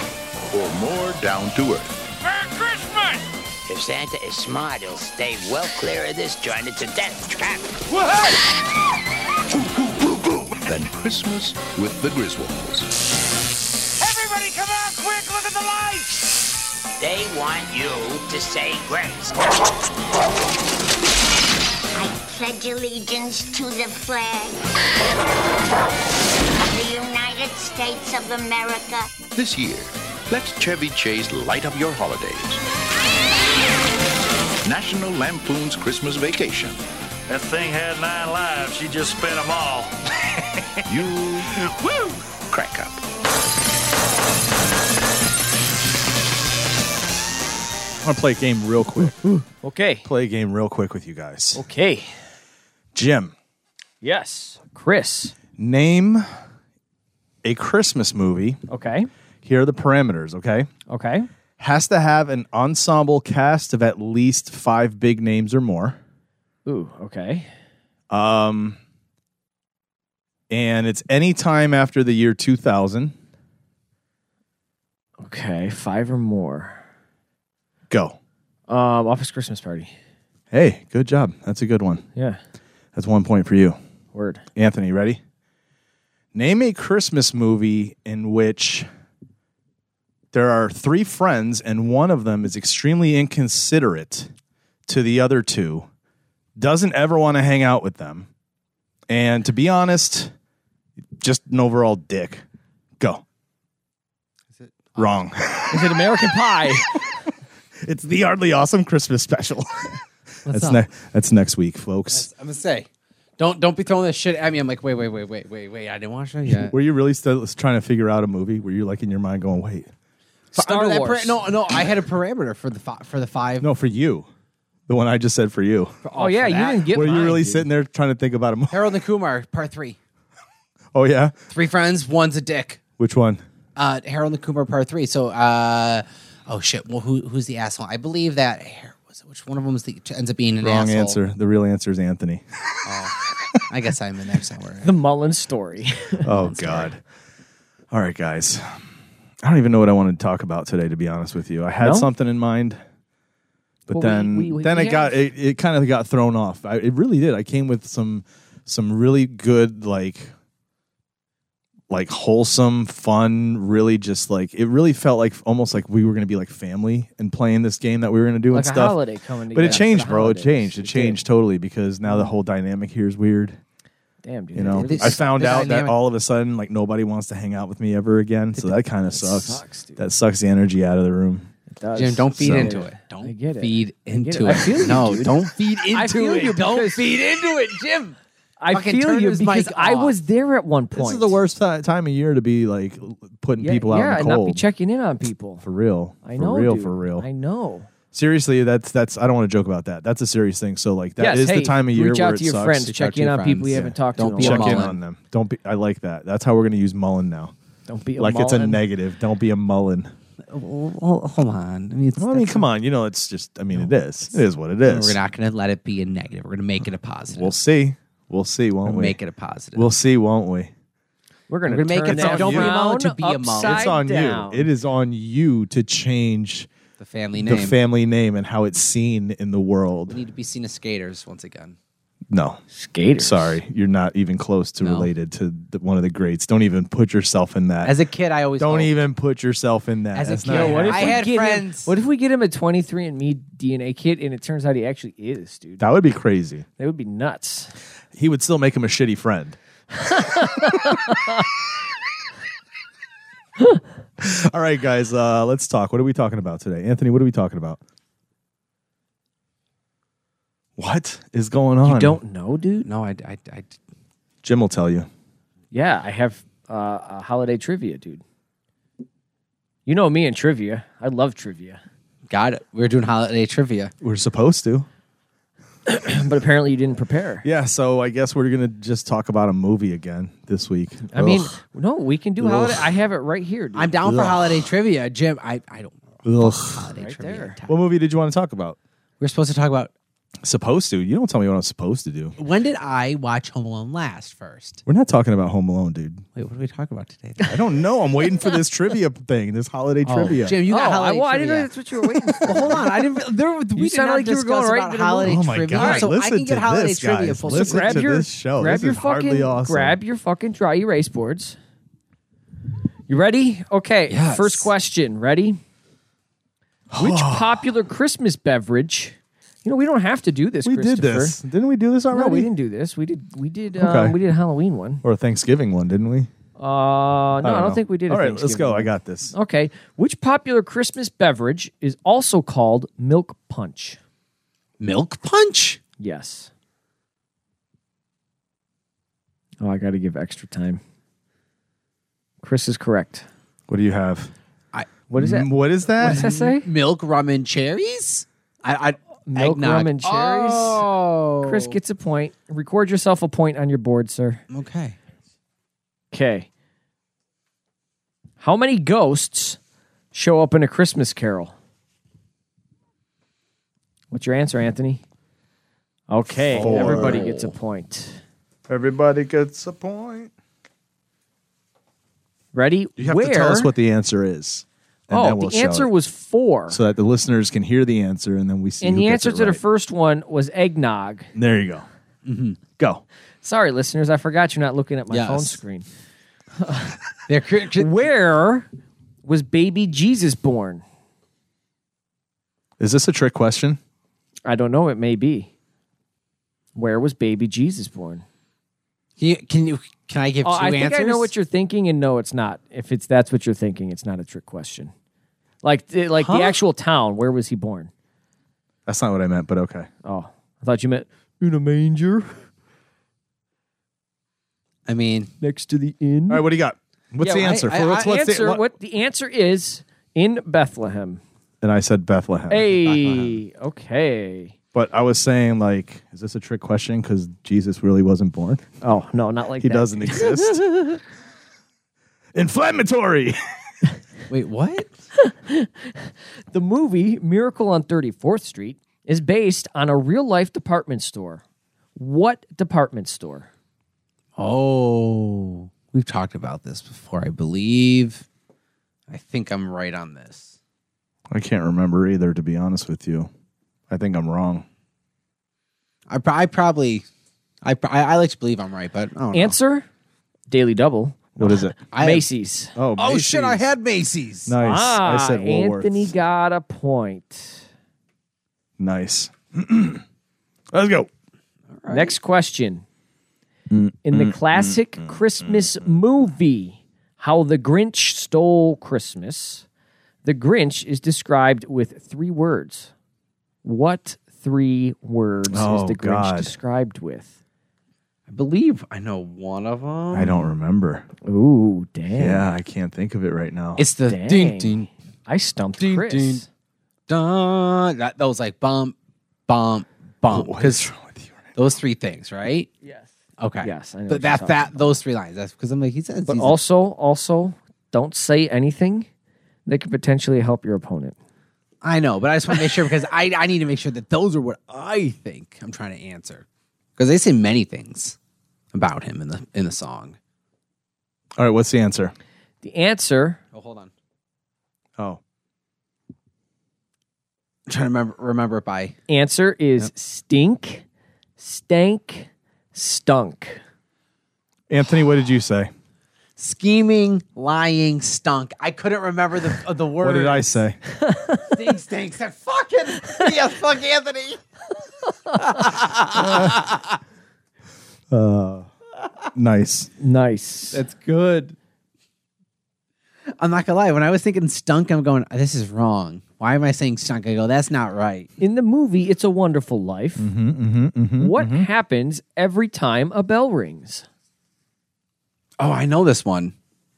or more down to earth. Merry Christmas! If Santa is smart, he'll stay well clear of this joint. It's a death trap. Than Christmas with the Griswolds. Everybody come out quick, look at the lights! They want you to say grace. Pledge allegiance to the flag. The United States of America. This year, let Chevy Chase light up your holidays. National Lampoon's Christmas Vacation. That thing had nine lives. She just spent them all. You woo, crack up. I want to play a game real quick. okay. Play a game real quick with you guys. Okay. Jim, Yes. Chris. name a Christmas movie. Okay. Here are the parameters, okay? Okay. Has to have an ensemble cast of at least five big names or more. Ooh, okay. Um, and it's any time after the year 2000. Okay. Five or more. Go. Um, Office Christmas Party. Hey, good job. That's a good one. Yeah. That's one point for you. Word. Anthony, ready? Name a Christmas movie in which there are three friends and one of them is extremely inconsiderate to the other two, doesn't ever want to hang out with them, and to be honest, just an overall dick. Go. Is it wrong? Is it American Pie? it's the Hardly Awesome Christmas special. that's up? ne- that's next week, folks. I'm gonna say, don't don't be throwing that shit at me. I'm like, wait, wait, wait, wait, wait, wait. I didn't watch that yet. Were you really still trying to figure out a movie? Were you like in your mind going, wait? But Star under that Wars. par- no, no. I had a parameter for the fi- for the five. No, for you. The one I just said for you. Oh, yeah, you didn't get Were you mine, really dude. sitting there trying to think about a movie? Harold and Kumar, part three. Oh, yeah? Three friends, one's a dick. Which one? Uh, Harold and Kumar, part three. So, uh, oh shit. Well, who who's the asshole? I believe that. Was it, which one of them is the, ends up being an Wrong asshole? answer. The real answer is Anthony. I guess I'm in there somewhere. the Mullen story. oh, God. All right, guys. I don't even know what I wanted to talk about today, to be honest with you. I had No? something in mind, but Well, we- then we- we- then we it got have- it, it kind of got thrown off. I, it really did. I came with some some really good like like wholesome fun really just like it really felt like almost like we were going to be like family and playing this game that we were going to do like and a stuff holiday coming but together. it for changed the bro it holidays. changed it did. changed totally because now the whole dynamic here is weird Damn, dude. you know This- i found this out that dynamic- all of a sudden like nobody wants to hang out with me ever again so that kind of sucks, sucks, dude. that sucks the energy out of the room Jim, don't feed So- into it. Don't I get it. feed I get into it. I it. feel you, no, dude. don't feed into I feel it. you don't because- feed into it, Jim. I Fucking feel turn you his because mic I off. was there at one point. This is the worst ti- time of year to be like l- putting yeah, people out yeah, in and the not cold. be checking in on people. for real. I know, For real. dude. For real. I know. Seriously, that's that's. I don't want to joke about that. That's a serious thing. So like that Yes, is hey, the time of year reach where out it to your sucks. friends, Reach check out to in your on people you friends. haven't talked to Don't in a be a Check in mullen. on them. Don't be. I like that. That's how we're gonna use mullen now. Don't be a like it's a mullen. negative. Don't be a mullen. Well, hold on. I mean, it's, I mean, come on. You know, it's just. I mean, it is. It is what it is. We're not going to let it be a negative. We're going to make it a positive. We'll see. We'll see, won't We'll we? make it a positive. We'll see, won't we? We're gonna, We're gonna make turn it so that don't be a mullen to frown be a mullen. upside It's on down. you. It is on you to change the family the name. family name and how it's seen in the we world. need to be seen as skaters once again. No. Skaters. Sorry, you're not even close to No. related to the, one of the greats. Don't even put yourself in that. As a kid, I always Don't e-, hoped. even put yourself in that. As a That's kid, not what if happening. I had Get him- friends. what if we get him a 23andMe DNA kit and it turns out he actually is, dude? that would be crazy. That would be nuts. He would still make him a shitty friend. All right, guys, uh, let's talk. What are we talking about today? Anthony, what are we talking about? What is going on? You don't know, dude? No, I, I, I Jim will tell you. Yeah, I have uh, a holiday trivia, dude. You know me and trivia. I love trivia, got it. We're doing holiday trivia. We're supposed to. but apparently you didn't prepare. Yeah, so I guess we're gonna just talk about a movie again this week. I mean, Ugh. no, we can do Ugh. holiday. I have it right here, dude. I'm down for Ugh. holiday trivia, Jim. I, I don't know. Ugh. Holiday Right trivia. there. What movie did you want to talk about? We're supposed to talk about Supposed to? You don't tell me what I'm supposed to do. when did I watch Home Alone last? First. We're not talking about Home Alone, dude. Wait, what do we talk about today? I don't know. I'm waiting for this trivia thing, this holiday Oh, trivia. Jim, you Oh, got I, holiday well, I didn't know trivia. that's what you were waiting for. Well, hold on, I didn't. There, we did sounded not like you were discuss going right about into the holiday oh my trivia, god! so I listen can get to holiday this, trivia. guys. full Listen circle. to your this show. grab This your is fucking hardly awesome. grab your fucking dry erase boards. You ready? Okay. Yes. First question. Ready? Which popular Christmas beverage? You know we don't have to do this. we did Christopher. this, didn't we? Do this No, already? we didn't do this. We did. We did. Um, Okay. We did a Halloween one. Or a Thanksgiving one, didn't we? Uh, no, I don't, know. think we did. All a right, let's Thanksgiving go. one. I got this. Okay. Which popular Christmas beverage is also called milk punch? Milk punch. Yes. Oh, I got to give extra time. Chris is correct. What do you have? What is that? Mm, What is that? What does that say? Milk rum and cherries. I, I Milk, eggnog. rum, and cherries. Oh, Chris gets a point. Record yourself a point on your board, sir. okay. Okay. How many ghosts show up in a Christmas carol? What's your answer, Anthony? Okay, Four. everybody gets a point. Everybody gets a point. Ready? You have Where? to tell us what the answer is. And oh, then we'll the shout answer it. was four. so that the listeners can hear the answer, and then we see. and who the gets answer it to the right. first one was eggnog. There you go. Go. Sorry, listeners, I forgot you're not looking at my Yes. phone screen. They're cr- cr- Where was baby Jesus born? Is this a trick question? I don't know. It may be. Where was baby Jesus born? Can you, can you can I give two Oh, I think answers? I know what you're thinking, and no, it's not. If it's that's what you're thinking, it's not a trick question. Like, th- like Huh? the actual town. Where was he born? That's not what I meant, but okay. Oh, I thought you meant in a manger I mean, next to the inn. All right, what do you got? What's Yeah, the well, I- answer? I- For- what's, I what's answer the, what? the answer is in Bethlehem. And I said Bethlehem. Hey, okay. But I was saying, like, is this a trick question? Because Jesus really wasn't born. Oh no, not like He that. doesn't exist. Inflammatory. wait, what? The movie Miracle on 34th Street is based on a real life department store. What department store? Oh, we've talked about this before, I believe. I think I'm right on this. I can't remember either, to be honest with you. I think I'm wrong. I, pro- I probably, I, pro- I I like to believe I'm right, but I don't know. Answer Daily Double, What is it? I- Macy's. Oh, Oh shit! I Macy's. had Macy's. Nice. Ah, I said Woolworths. Anthony got a point. Nice. Let's go. Next question. Mm, In the classic Christmas movie, How the Grinch Stole Christmas, the Grinch is described with three words. What three words Oh, is the Grinch God. described with? I believe I know one of them. I don't remember. Ooh, damn. Yeah, I can't think of it right now. It's the Dang. ding ding I stumped ding Chris. ding dun. That, that was like bump bump bump. What Because those three things, right? Yes. Okay. Yes, I know what you're But that talking that those three lines. That's because I'm like he says. But he's a- also, also, don't say anything that could potentially help your opponent. I know, but I just want to make sure because I I need to make sure that those are what I think I'm trying to answer because they say many things about him in the in the song. All right, what's the answer? The answer. Oh, hold on. Oh, I'm trying to remember remember it by Answer is stink, stank, stunk. Anthony, what did you say? scheming, lying, stunk. I couldn't remember the uh, the word. What did I say? Stink, stink. Said fucking yeah, fuck Anthony. Uh, nice. Nice. That's good. I'm not gonna lie. When I was thinking stunk, I'm going, this is wrong. Why am I saying stunk? I go, that's not right. In the movie It's a Wonderful Life, Mm-hmm, what happens every time a bell rings? Oh, I know this one.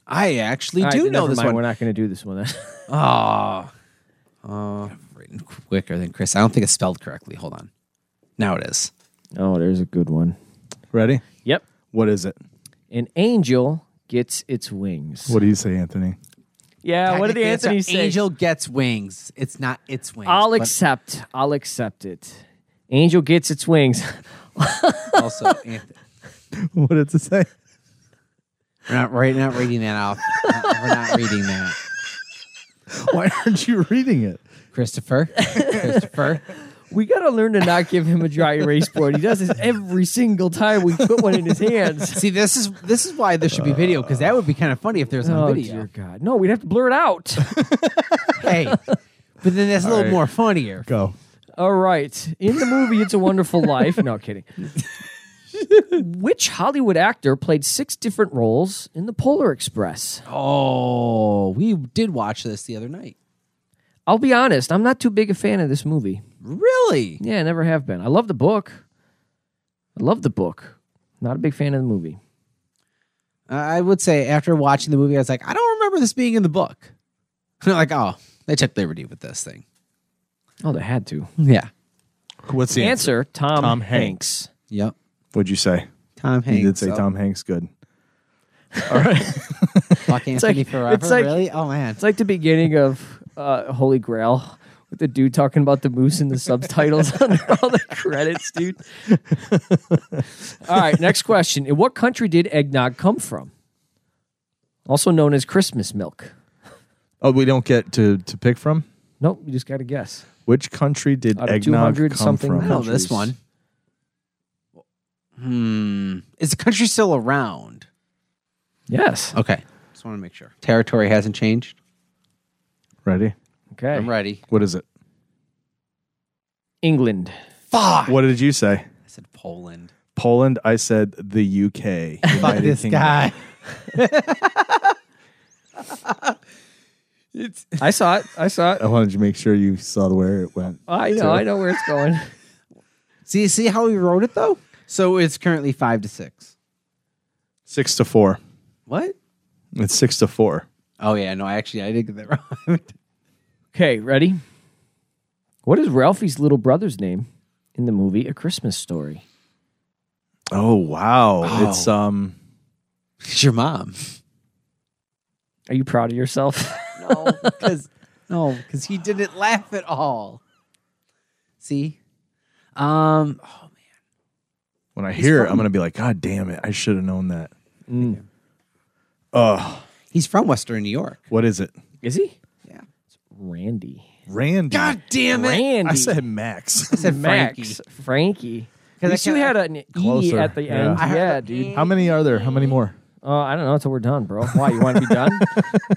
I actually All right, do then know never this mind, We're one. not going to do this one. then. Oh, oh, I've written quicker than Chris. I don't think it's spelled correctly. Hold on. Now it is. oh, there's a good one. Ready? Yep. What is it? An angel gets its wings. What do you say, Anthony? Yeah, Uh, what did the Technically, it's Anthony a say? Angel gets wings. It's not its wings. I'll but accept. I'll accept it. Angel gets its wings. also, Anthony, What did it say? we're not, we're not reading that off. we're not reading that. Why aren't you reading it? Christopher. Christopher. we gotta learn to not give him a dry erase board. He does this every single time we put one in his hands. See, this is this is why there should be video because that would be kind of funny if there was no Oh video. dear God! No, we'd have to blur it out. Hey, but then that's a little right. more funnier. Go. All right. In the movie It's a Wonderful Life, no kidding. Which Hollywood actor played six different roles in The Polar Express? Oh, we did watch this the other night. I'll be honest, I'm not too big a fan of this movie. Really? Yeah, I never have been. I love the book. I love the book. Not a big fan of the movie. I would say after watching the movie, I was like, I don't remember this being in the book. And I'm like, oh, they took liberty with this thing. Oh, they had to. Yeah. What's the answer? Answer Tom, Tom Hanks. Yep. What'd you say? Tom Hanks. You did say so Tom Hanks. Good. Fuck Anthony like- forever. it's like- really? Oh man. It's like the beginning of uh, Holy Grail with the dude talking about the moose and the subtitles under all the credits, dude. all right, next question. In what country did eggnog come from? Also known as Christmas milk. Oh, we don't get to to pick from. Nope, you just got to guess. Which country did Out of eggnog 200 come something from? I know this one. Hmm. Is the country still around? Yes. Okay. Just want to make sure. Territory hasn't changed. Ready? Okay. I'm ready. What is it? England. Fuck. What did you say? I said Poland. Poland. I said the UK. Fuck United this Kingdom. guy. it's I saw it. I saw it. I wanted to make sure you saw where it went. I to. know. I know where it's going. see see how he wrote it though. So it's currently five to six. Six to four. What? It's six to four. Oh yeah, no, I actually I did get that wrong. Okay, ready? What is Ralphie's little brother's name in the movie A Christmas Story? Oh wow! Oh. It's um. it's your mom. Are you proud of yourself? No, because no, because he didn't laugh at all. See, um, oh, When I hear it, I'm gonna be like, God damn it! I should have known that. Mm. Ugh. he's from Western New York. What is it? Is he? Yeah. It's Randy. Randy. God damn it! Randy. I said Max. I said Max. Frankie. I Because you can't- had an E Closer, at the yeah. end. I Yeah, heard dude. How many are there? How many more? Oh, I don't know until we're done, bro. Why? You want to be done?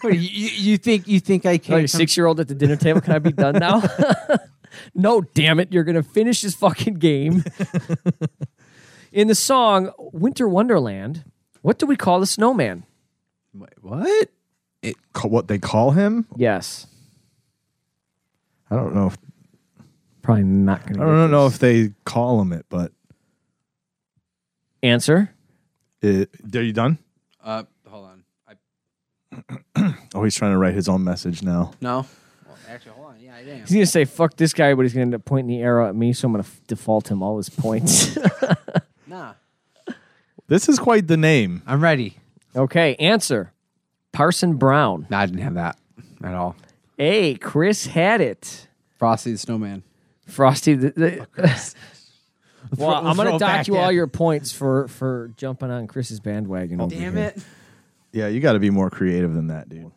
What, you, you you think you think I like can't? a six year old at the dinner table. Can I be done now? no, damn it. You're going to finish this fucking game. In the song Winter Wonderland, what do we call the snowman? come- Wait, what? Ca- What they call him? Yes. I don't know. If, Probably not going I to don't know if they call him it, but Answer. It, are you done? Uh, hold on. I, Oh, he's trying to write his own message now. no. Well, actually, hold on. Yeah, I am. He's gonna say "fuck this guy," but he's gonna end up pointing the arrow at me, so I'm gonna f- default him all his points. Nah. This is quite the name. I'm ready. Okay, answer. Parson Brown. No, I didn't have that at all. Hey, Chris had it. Frosty the Snowman. Frosty the. Oh, the well, We'll throw I'm gonna it dock back you in. all your points for for jumping on Chris's Oh, bandwagon. over here. Yeah, you got to be more creative than that, dude.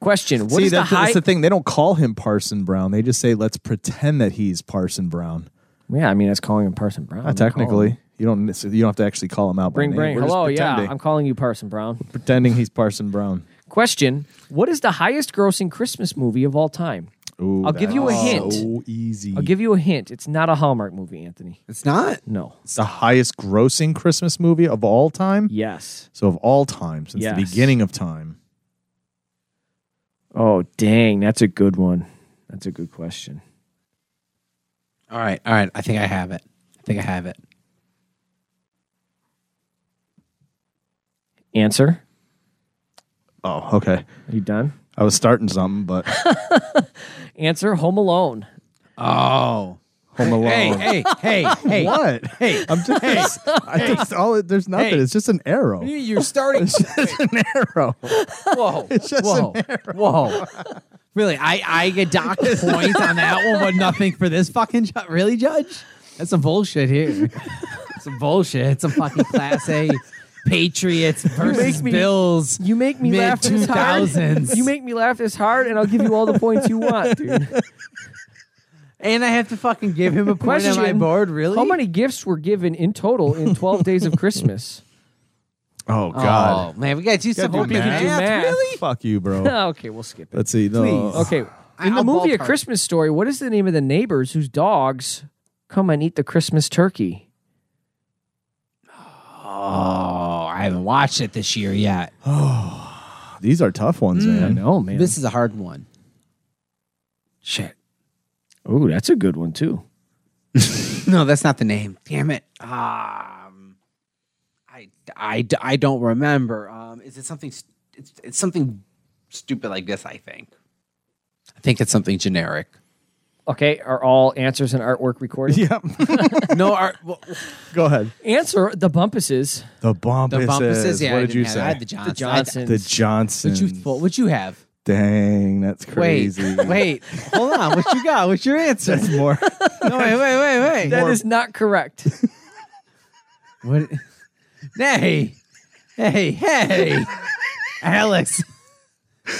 Question: What See, is the that's, high? that's the thing. They don't call him Parson Brown. They just say, "Let's pretend that he's Parson Brown." Yeah, I mean, that's calling him Parson Brown. Not technically, you don't. You don't have to actually call him out. by Bring, name. bring. We're just Hello, yeah. pretending- I'm calling you Parson Brown. pretending he's Parson Brown. Question: What is the highest-grossing Christmas movie of all time? Ooh, I'll give you a that's hint. So easy. I'll give you a hint. It's not a Hallmark movie, Anthony. It's not. No. It's the highest grossing Christmas movie of all time. Yes. So of all time, since Yes. the beginning of time. Oh, dang. That's a good one. That's a good question. All right, all right. I think I have it. I think I have it. Answer. Oh, okay. Are you done? I was starting something, but Answer: Home Alone. oh, Home Alone. Hey, hey, hey, hey. What? Hey, I'm just. hey, I just all it- there's nothing. Hey. It's just an arrow. You- You're starting. It's just an arrow. Whoa, It's just Oh, whoa, an whoa. Really, I I get docked points on that one, but nothing for this fucking ju- really judge. That's some bullshit here. some bullshit. It's some fucking class A Patriots versus me- Bills. You make me Mid laugh this hard. 2000s. You make me laugh this hard, and I'll give you all the points you want, dude. and I have to fucking give him a point on my Question. board. Really? How many gifts were given in total in 12 days of Christmas? Oh Oh God. man, we gotta do Gotta some do fucking math. math. Math. Really? Fuck you, bro. Ah, okay, we'll skip it. Let's see. No. Okay. I- In the I'll movie A ballpark. Christmas Story, what is the name of the neighbors whose dogs come and eat the Christmas turkey? Oh, I haven't watched it this year yet. oh, These are tough ones, I man. know, man. This is a hard one. Shit. Ooh, that's a good one too. No, that's not the name. Damn it. Um, I, I, I don't remember. Um, is it something? st- It's, it's something stupid like this. I think. I think it's something generic. Okay, are all answers and artwork recorded? Yep. Mm. no, our, well, Go ahead. Answer the Bumpuses. The Bombuses. the bumpuses. Yeah, what I did didn't you have it. say? I had the Johnsons. The I had Johnsons. The Johnsons. What you, what would you have? Dang, that's Wait, crazy. wait, hold on. What you got? What's your answer? That's more. No, wait, wait, wait, wait. That is not correct. What? Hey, hey, hey, Alex.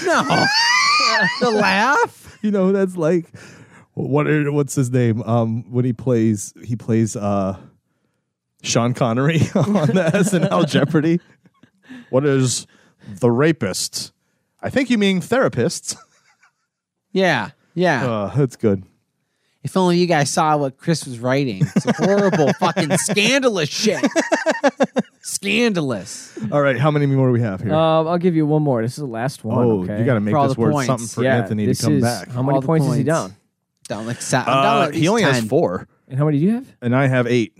No, the laugh. you know, that's like what are- what's his name? Um when he plays he plays uh Sean Connery on the SNL Jeopardy. What is the rapist? I think you mean therapists. Yeah, yeah. Uh, that's good. if only you guys saw what Chris was writing. It's horrible, fucking scandalous shit. scandalous. All right, how many more do we have here? Um, I'll give you one more. This is the last one. oh, okay? you got to make Uh, For all this the word points. something for Yeah, Anthony to this come is- back. How many All the points, is he points. down? Don't like sa- Uh, down at he least only has 10. four, And how many do you have? and I have eight.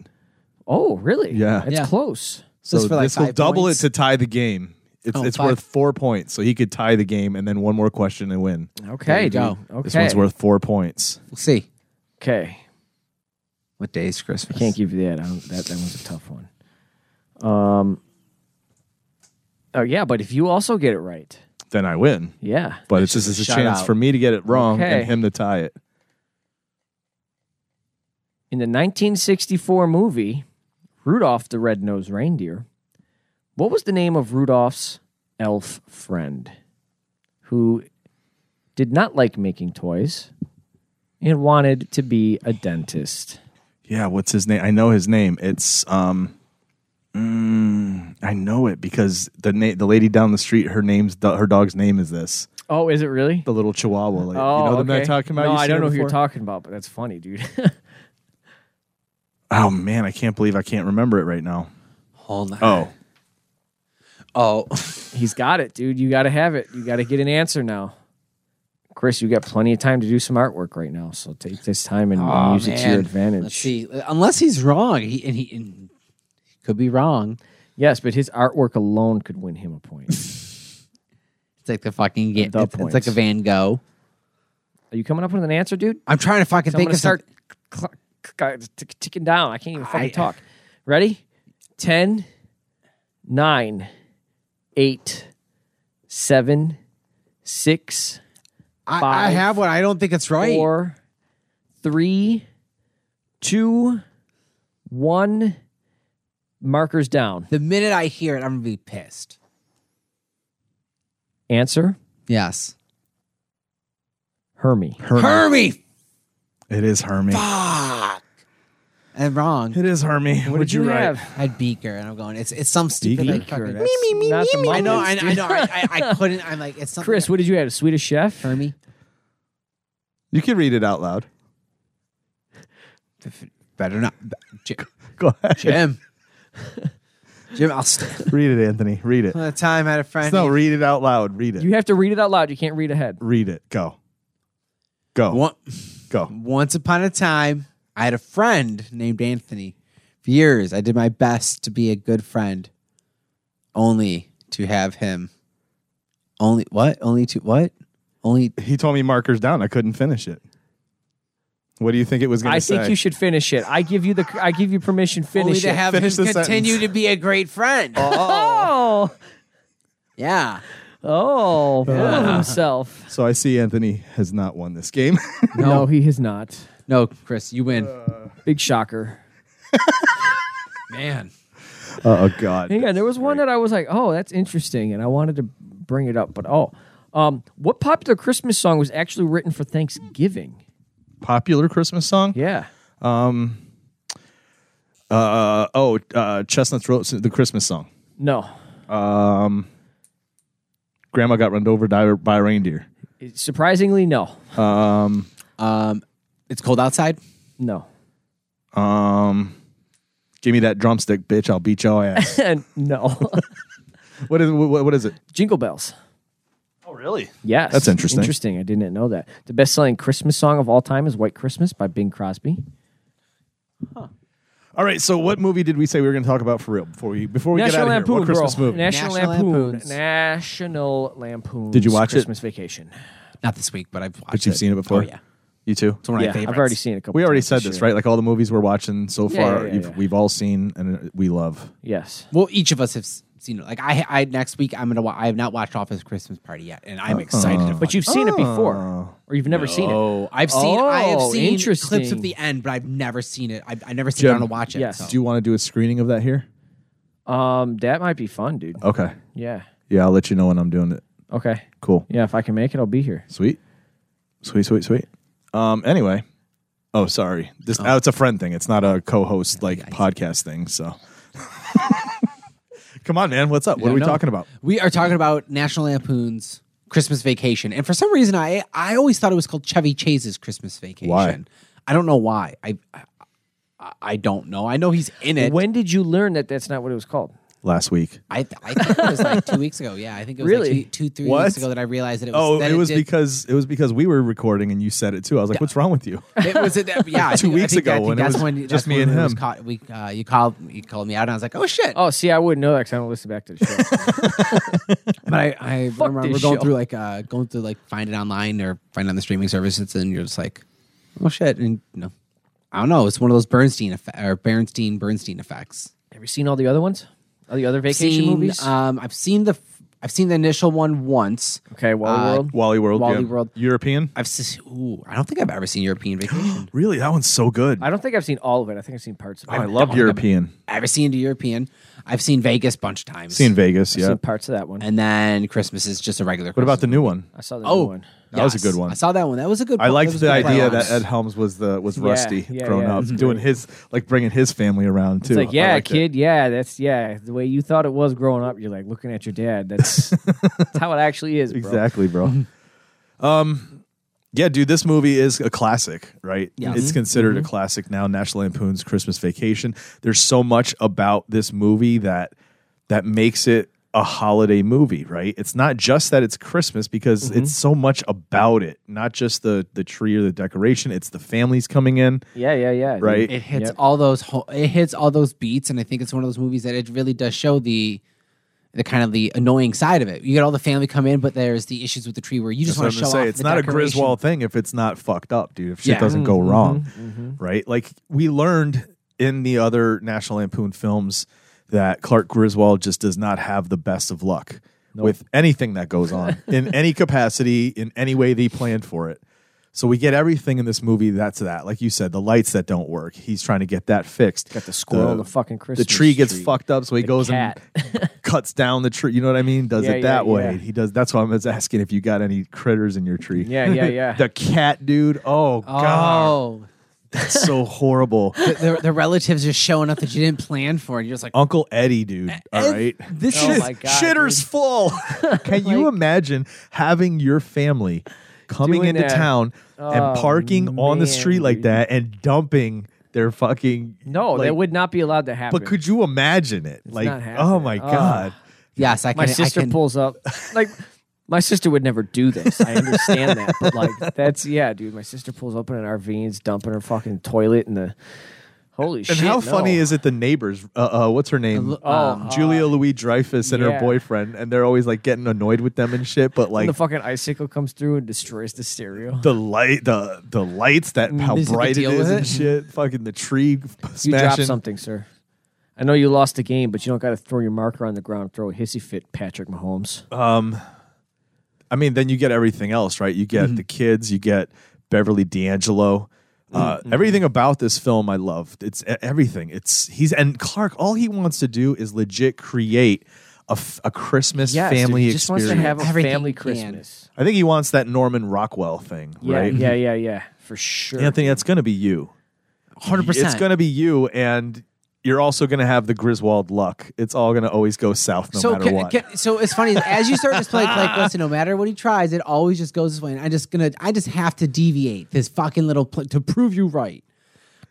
Oh, really? Yeah. That's Yeah. close. So Just for, like, this will five double points? it to tie the game. It's Oh, it's five. worth four points, so he could tie the game and then one more question and win. Okay, you dude. go. Okay. This one's worth four points. We'll see. Okay. What day is Christmas? Can't give you that. I don't, that that one's a tough one. Um. Oh yeah, but if you also get it right, Then I win. yeah. But it's just it's a Shout chance out. for me to get it wrong Okay. and him to tie it. In the 1964 movie Rudolph the Red-Nosed Reindeer, what was the name of Rudolph's elf friend who did not like making toys and wanted to be a dentist? Yeah, what's his name? I know his name. It's um, mm, I know it because the na- the lady down the street, her name's her dog's name is this. Oh, is it really? The little Chihuahua. Lady. Oh, you know the okay. man I'm talking about. No, You I seen don't her know who you're before? talking about, but that's funny, dude. Oh man, I can't believe I can't remember it right now. Hold on. Oh, Oh, He's got it, dude. You got to have it. You got to get an answer now. Chris, you got plenty of time to do some artwork right now, so take this time and, and Aw, use it to your man. advantage. Let's see. Unless he's wrong, he and he and Could be wrong. Yes, but his artwork alone could win him a point. It's like the fucking game. The It's, it's like points. a Van Gogh. Are you coming up with an answer, dude? I'm trying to fucking So think I'm of gonna start. start cl- cl- t- ticking down. I can't even fucking I- uh, talk. Ready? 10, 9, 8, 7, 6, I, I five, have one. I don't think it's right. four, three, two, one. Markers down. The minute I hear it, I'm gonna be pissed. Answer Yes. Hermie. Hermie. Oh, It is Hermie. Fuck. I'm wrong. It is Hermie. What, did you write? have? I had Beaker, and I'm going. It's it's some stupid. Beaker? like, fucking- That's me, me, not the I know. I, moments, I dude. know. I, I, I couldn't. I'm like, it's something. Chris, what did you have? A Swedish Chef? Hermie. You can read it out loud. Better not. Jim. Go ahead. Jim. Jim, I'll stay. Read it, Anthony. Read it. One time I had a friend. No, read it out loud. Read it. You have to read it out loud. You can't read ahead. Read it. Go. Go. One- Go. Once upon a time, I had a friend named Anthony. For years, I did my best to be a good friend, only to have him. Only what? Only to what? Only He told me markers down. I couldn't finish it. What do you think it was going I to say? think you should finish it. I give you the. I give you permission. only Finish to it. have Finish him the continue sentence. to be a great friend. oh, Yeah. oh, full of himself. so I see Anthony has not won this game. No. he has not. No, Chris, you win. Big shocker. Man. oh God. Hang on, there was one that I was like, "Oh, that's interesting," and I wanted to bring it up, but oh, um, what popular Christmas song was actually written for Thanksgiving? Popular Christmas song. Yeah, Um. Uh oh. Uh, Chestnuts wrote the Christmas song. no, Um. Grandma got run over by, by a reindeer. surprisingly, no, Um. Um, it's cold outside. no, Um. Give me that drumstick, bitch! I'll beat your ass. and no. what is what, what is it? Jingle bells. Oh, really? Yes, That's interesting. Interesting. I didn't know that. The best-selling Christmas song of all time is "White Christmas" by Bing Crosby. All right. So, what movie did we say we were going to talk about for real before we before we National get out of here? Lampoon, What Christmas bro. movie? National, National Lampoon. Lampoons. National Lampoon. Did you watch it? Christmas Vacation? Not this week, but I've watched but you've it. seen it before. Oh, yeah. You too. It's one of my yeah, favorites. I've already seen it a couple. We already times said this this, year. right? Like all the movies we're watching so Yeah, far, yeah, yeah, you've- yeah. we've all seen and uh, we love. Yes. Well, each of us have s- seen it. Like I, I next week I'm gonna. Wa- I have not watched Office Christmas Party yet, and I'm excited. to But you've seen Ah. it before, or you've never seen it. Oh, I've seen. I have Oh, seen clips interesting. of the end, but I've never seen it. I, I never sit Jim, down to watch it. yes. so. Do you want to do a screening of that here? Um, that might be fun, dude. Okay. Yeah. Yeah, I'll let you know when I'm doing it. Okay. Cool. Yeah, if I can make it, I'll be here. Sweet. Sweet, sweet, sweet. Um, anyway. Oh, sorry. This oh, it's a friend thing. It's not a co-host like podcast thing, so Come on, man. What's up? What Yeah, are we no. talking about? We are talking about National Lampoon's Christmas Vacation, and for some reason, I I always thought it was called Chevy Chase's Christmas Vacation. Why? I don't know why. I I, I don't know. I know he's in it. when did you learn that that's not what it was called? Last week. I, I think it was like two weeks ago. Yeah, I think it was Really? like two, two three What? weeks ago that I realized that it was. Oh, that it was did- because it was because we were recording and you said it too. I was like, "What's wrong with you?" It was it, yeah, I Two think- I weeks think- ago I think when it that's was when just that's me when and it was him. Caught, we, uh, you called you called me out, and I was like, "Oh shit!" Oh, see, I wouldn't know that because I don't listen back to the show. but I, I remember this we're going show. through like uh, going through like find it online or find it on the streaming services, and you're just like, "Oh shit!" And you know, I don't know. It's one of those Bernstein effe- or Bernstein Bernstein effects. Have you seen all the other ones? All the other vacation Seen, movies? uh, Um, I've seen the f- I've seen the initial one once. okay, Wally uh, World. Wally World, Wally yeah. World. European. I've s- ooh, I don't think I've ever seen European Vacation. Really, that one's so good. Oh, I don't think I've seen all of it. I think I've seen parts of it. uh, I love European. ever seen the European? I've seen Vegas a bunch of times. Seen Vegas, I've yeah. seen parts of that one. and then Christmas is just a regular. What about the Christmas. new one? I saw the Oh, new one. That was a good one. I saw that one. That was a good. I that liked was the a good idea play-on. that Ed Helms was the was Yeah, Rusty yeah, grown yeah, up, that's doing great. his like bringing his family around too. It's like, I yeah, liked it. kid, yeah, that's yeah. The way you thought it was growing up, you're like looking at your dad. That's, that's how it actually is. Bro. Exactly, bro. um, yeah, dude, this movie is a classic, right? Yes. Mm-hmm. It's considered a classic now. National Lampoon's Christmas Vacation. There's so much about this movie that that makes it a holiday movie, right? It's not just that it's Christmas because Mhm. it's so much about it, not just the the tree or the decoration. It's the families coming in. Yeah, yeah, yeah. Right. It hits all those ho- it hits all those beats, and I think it's one of those movies that it really does show the the kind of the annoying side of it. You get all the family come in, but there's the issues with the tree where you just That's what want I'm to gonna show say. off It's the not a decoration. Griswold thing if it's not fucked up, dude. If shit Yeah. doesn't go Mm-hmm. Mhm, wrong, right? Like we learned in the other National Lampoon films that Clark Griswold just does not have the best of luck with anything that goes on in any capacity, in any way they planned for it. So we get everything in this movie. That's that. Like you said, the lights that don't work. He's trying to get that fixed. Got the squirrel on the fucking Christmas The tree gets tree. fucked up, so he The goes and cuts down the tree. You know what I mean? Does Yeah, it yeah, that way? yeah. He does. That's why I was asking if you got any critters in your tree. Yeah, yeah, yeah. the cat dude. Oh, god, Oh, that's so horrible. the, the, the relatives just showing up that you didn't plan for, and you're just like, Uncle Eddie, dude. All right, this Oh is- my God, shitter's full. Can you imagine having your family coming Doing into that. town Oh, and parking on the man, street like that and dumping their fucking No, like- that would not be allowed to happen. But could you imagine it? like, not oh happening. my Oh. god. Yes, I my can. I sister can- pulls up like my sister would never do this. I understand that, but like that's yeah, dude. My sister pulls up in an RV and is dumping her fucking toilet in the holy shit. And how funny no. is it? The neighbors, uh, uh what's her name? Um, Oh, uh, Julia Louis Dreyfus and her yeah. boyfriend, and they're always like getting annoyed with them and shit. But when like the fucking icicle comes through and destroys the stereo? the light, the the lights that how Mm, Is it the bright it deal is with and it? shit. Fucking the tree smashing. You dropped something, sir. I know you lost the game, but you don't got to throw your marker on the ground. and Throw a hissy fit, Patrick Mahomes. Um, I mean, then you get everything else, right? You get Mhm. the kids, you get Beverly D'Angelo. Uh, Mm-hmm. Everything about this film, I loved. It's e- everything. It's he's and Clark. All he wants to do is legit create a, f- a Christmas Yes, dude, family he just wants experience. to have a Everything family he can. Christmas. I think he wants that Norman Rockwell thing, Yeah, right? yeah, yeah, yeah, for sure. Anthony, that's going to be you. 100%. It's going to be you, and you're also going to have the Griswold luck. It's all going to always go south no so, matter ca- what. ca- so it's funny as you start this play. Like, listen, no matter what he tries, it always just goes this way. And I just gonna, I just have to deviate this fucking little pl- to prove you right.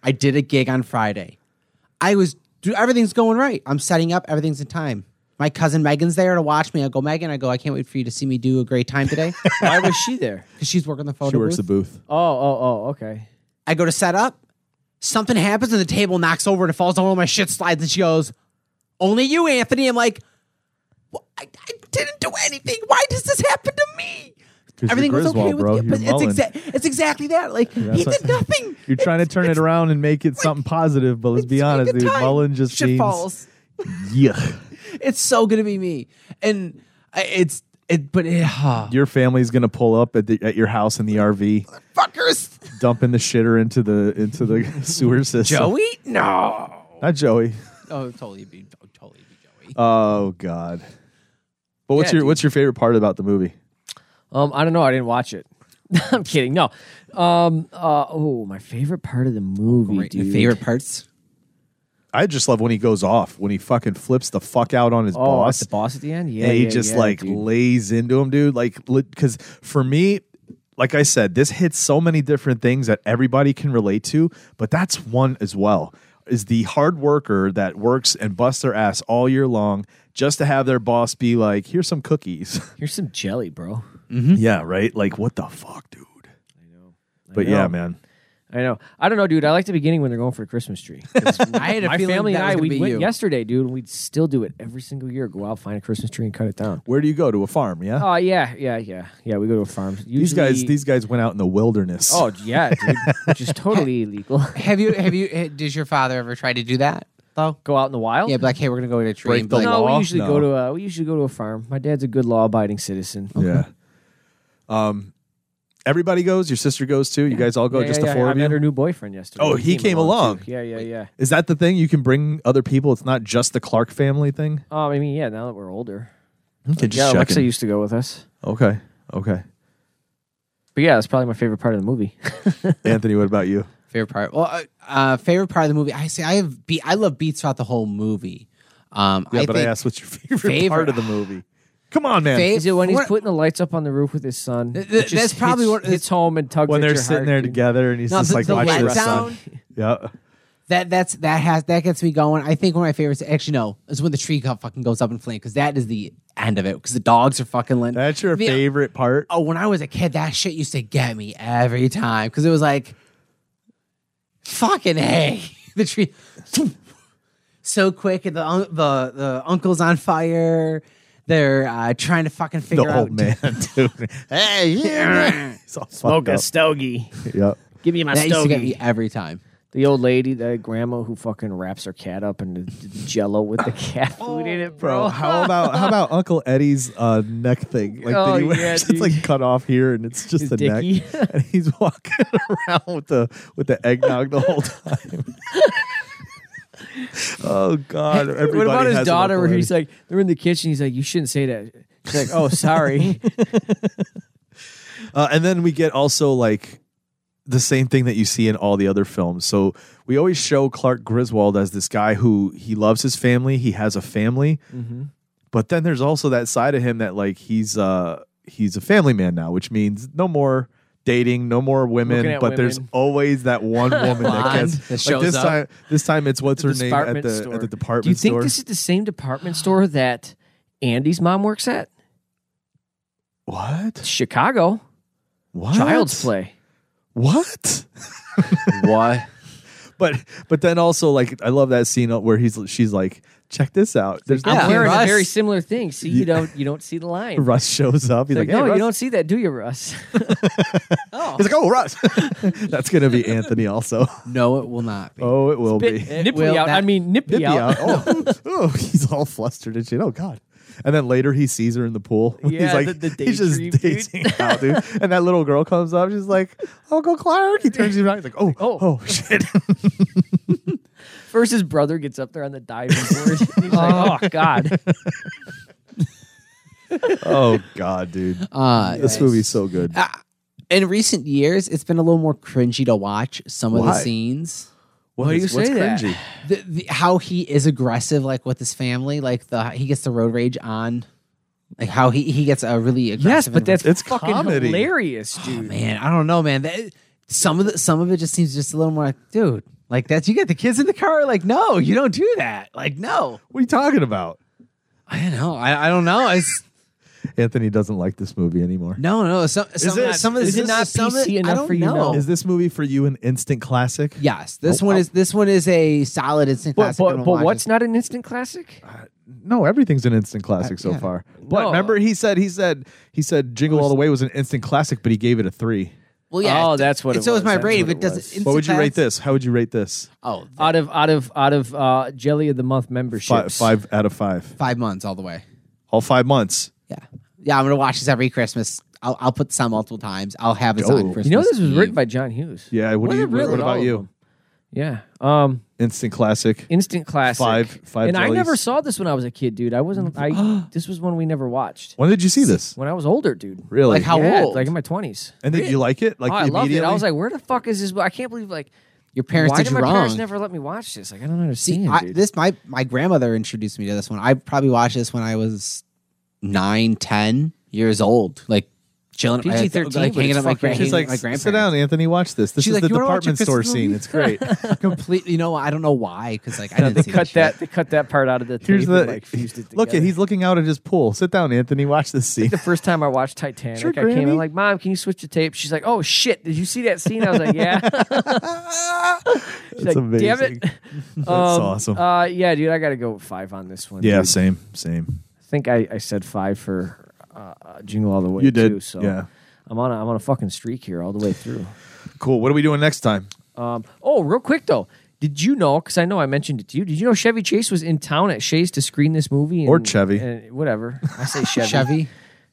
I did a gig on Friday. I was, dude, everything's going right. I'm setting up. Everything's in time. My cousin Megan's there to watch me. I go, Megan. I go. I can't wait for you to see me do a great time today. Why was she there? Because she's working the photo. she works booth. the booth. Oh, oh, oh, okay. I go to set up. Something happens and the table knocks over and it falls down. All my shit slides and she goes, "Only you, Anthony." I'm like, "Well, I, I didn't do anything. Why does this happen to me? 'Cause you're Everything was okay Griswold, with bro. you, You're but it's, Mullen. exa- it's exactly that. Like he what- did nothing. You're trying to turn it around and make it something positive, but let's be honest, dude. time. Mullen just Shit means falls. yeah. It's so gonna be me, and I- it's it. But it, Your family's gonna pull up at the, at your house in the RV, fuckers, dumping the shitter into the into the sewer system. Joey, no. not Joey. Oh, totally be totally. Be. Oh God. But what's Yeah, your what's your favorite part about the movie? Um, I don't know. I didn't watch it. I'm kidding. No. Um. Uh. Oh, my favorite part of the movie, dude. parts. I just love when he goes off, when he fucking flips the fuck out on his Oh, boss. at the boss at the end. Yeah. and he yeah, just yeah, like dude. lays into him, dude. Like, because for me, like I said, this hits so many different things that everybody can relate to, but that's one as well. Is the hard worker that works and busts their ass all year long just to have their boss be like, here's some cookies. here's some jelly, bro. yeah, right? Like, what the fuck, dude? I know. But Mm-hmm. I yeah, know. man. I know. I don't know, dude. I like the beginning when they're going for the Christmas tree. 'Cause I had a my feeling family that and was I gonna we be went you. yesterday, dude. and We'd still do it every single year. Go out, find a Christmas tree, and cut it down. Where do you go? To a farm, yeah? Oh yeah, yeah, yeah, yeah. We go to a farm. Usually, these guys these guys went out in the wilderness. Oh yeah, dude, which is totally illegal. Have you? Have you? eh, Does your father ever try to do that? Though. Go out in the wild. Yeah, be like, hey, we're gonna go to a tree. Break and be the like, no, law? we usually No. go to a we usually go to a farm. My dad's a good law-abiding citizen. Yeah. Um, everybody goes. Your sister goes too. You guys all go. Yeah, just yeah, the yeah. four I of met you. her new boyfriend yesterday. Oh, he came along. too. Yeah, yeah, yeah. Is that the thing? You can bring other people. It's not just the Clark family thing. Oh, I mean, yeah. Now that we're older, Okay, yeah, just Alexa checking. used to go with us. Okay, okay. But yeah, that's probably my favorite part of the movie. Anthony, what about you? Favorite part. Well, uh, uh, favorite part of the movie. I say I have. Be- I love beats throughout the whole movie. Um, Yeah, I but I think- asked what's your favorite, Favorite- part of the movie. Come on, man. Fav- Is it when he's What- putting the lights up on the roof with his son? Th- It th- just that's probably hits, what- hits home and tugs when at they're your sitting heart, there dude. together and he's No, just the- like, the watch let this, son. down- Yeah. That that's that has that gets me going. I think one of my favorites actually no is when the tree cup fucking goes up in flame because that is the end of it because the dogs are fucking lit. That's your The- favorite part. Oh, when I was a kid, that shit used to get me every time because it was like, fucking hey, the tree, so quick, and the un- the the uncle's on fire. They're uh, trying to fucking figure the out. old man, dude. hey, yeah. Smoke a up. stogie. yep. Oh, Give me my That stogie. used to get me every time. The old lady, the grandma who fucking wraps her cat up in the jello with the cat food in it, bro. Bro, how about how about Uncle Eddie's uh, neck thing? Like, Oh, that he wears, yeah, it's like cut off here, and it's just His the dicky. neck, and he's walking around with the with the eggnog the whole time. oh God! Everybody what about his has an daughter Uncle where he's Eddie. like, they're in the kitchen. He's like, you shouldn't say that. She's like, oh, sorry. Uh, and then we get also like the same thing that you see in all the other films. So we always show Clark Griswold as this guy who he loves his family, he has a family, Mhm. but then there's also that side of him that like he's uh he's a family man now, which means no more dating, no more Looking women, at but there's women. always that one woman that Blonde gets that like shows this up. time this time it's what's The her name at department the store. at the Do you department think store. this is the same department store that Andy's mom works at? what? Chicago. What? Child's play. What? Why? But but then also like I love that scene where he's she's like, check this out. There's I'm no wearing a Russ. very similar thing. See, Yeah. you don't you don't see the line. Russ shows up. He's It's like, like, "Hey, no, Russ." you don't see that, do you, Russ? He's like, oh, Russ. That's gonna be Anthony also. No, it will not be. Oh, it will be. Nippy out. I mean, nippy, Nippy out. out. Oh, oh, he's all flustered and shit. Oh God. And then later he sees her in the pool. he's Yeah, like, the- the he's just daydream, dude. dating out, dude. And that little girl comes up. She's like, Uncle Clark. He turns around. He's like, oh, oh, shit. First, his brother gets up there on the diving board. He's like, oh God. oh God, dude. Uh, this movie's so good. In recent years, it's been a little more cringy to watch some of the Why? scenes. What Why do is- you what's say that? cringy? The, the, how he is aggressive, like with his family, like the he gets the road rage on, like how he he gets a really yes, aggressive. but that's It's fucking comedy. Oh, hilarious, dude. man, I don't know, man. That some of the some of it just seems just a little more like, dude, like that's you got the kids in the car. Like, no, you don't do that. Like, no, What are you talking about? I don't know. I, I don't know. It's Anthony doesn't like this movie anymore. no, no. Some some of it- that- some of is this it not some of PC it- I enough don't for you know. now? Is this movie for you an instant classic? Yes, this Oh, one oh. is this one is a solid instant But, classic. but, I'm gonna but watch what's it. not an instant classic? No, everything's an instant classic so Uh, yeah. far. But No. remember, he said he said he said Jingle All the Way was an instant classic, but he gave it a three. well, yeah, Oh, it- that's what it- it so was. is my That's brain. If what it it does, was. instant what would you rate classics- this? How would you rate this? Oh, Out of out of out of uh, jelly of the month Five, memberships. five out of five. five months all the way. All five months. Yeah, yeah. I'm gonna watch this every Christmas. I'll, I'll put this on multiple times. I'll have this Dope. on You Christmas. You know this was Eve. written by John Hughes. Yeah. What, do Wasn't you? written What all about of you? them. Yeah. Um. Oh. Instant classic. Instant classic. Five- five And I jellies. never saw this when I was a kid, dude. I wasn't. I. this was one we never watched. When did you see this? When I was older, dude. Really? Like how Yeah, old? Like in my twenties. and did you like it? Like oh, I loved immediately? it. I was like, where the fuck is this? I can't believe like Your parents why did did you my wrong. parents never let me watch this? Like I don't understand. See, I, dude. this my my grandmother introduced me to this one. I probably watched this when I was nine, ten years old, like chilling, I- PG-13, like but hanging out it's with my, fucking- grand- She's hanging like, out with my grandparents. sit down, Anthony. Watch this. This She's is like, the "You wanna watch your department store Christmas scene. movie?" It's great. Completely, you know, I don't know why, because like I didn't they see cut that. that. shit. They cut that part out of the. Here's tape the and, like fused it look. At, together. he's looking out at his pool. Sit down, Anthony. Watch this scene. the first time I watched Titanic, Sure, I came Granny. in like, "Mom, can you switch the tape?" She's like, "Oh shit, did you see that scene?" I was like, "Yeah." She's That's like, "Damn amazing. it!" That's Um, awesome. Uh, yeah, dude, I got to go with five on this one. yeah. dude. Same. Same. I think I, I said five for uh, uh, Jingle All the Way. You did, Too, so yeah. I'm on a, I'm on a fucking streak here all the way through. Cool. What are we doing next time? Um, oh, real quick though, did you know? Because I know I mentioned it to you. Did you know Chevy Chase was in town at Shays to screen this movie? Or and- Chevy. and whatever. I say Chevy. Chevy,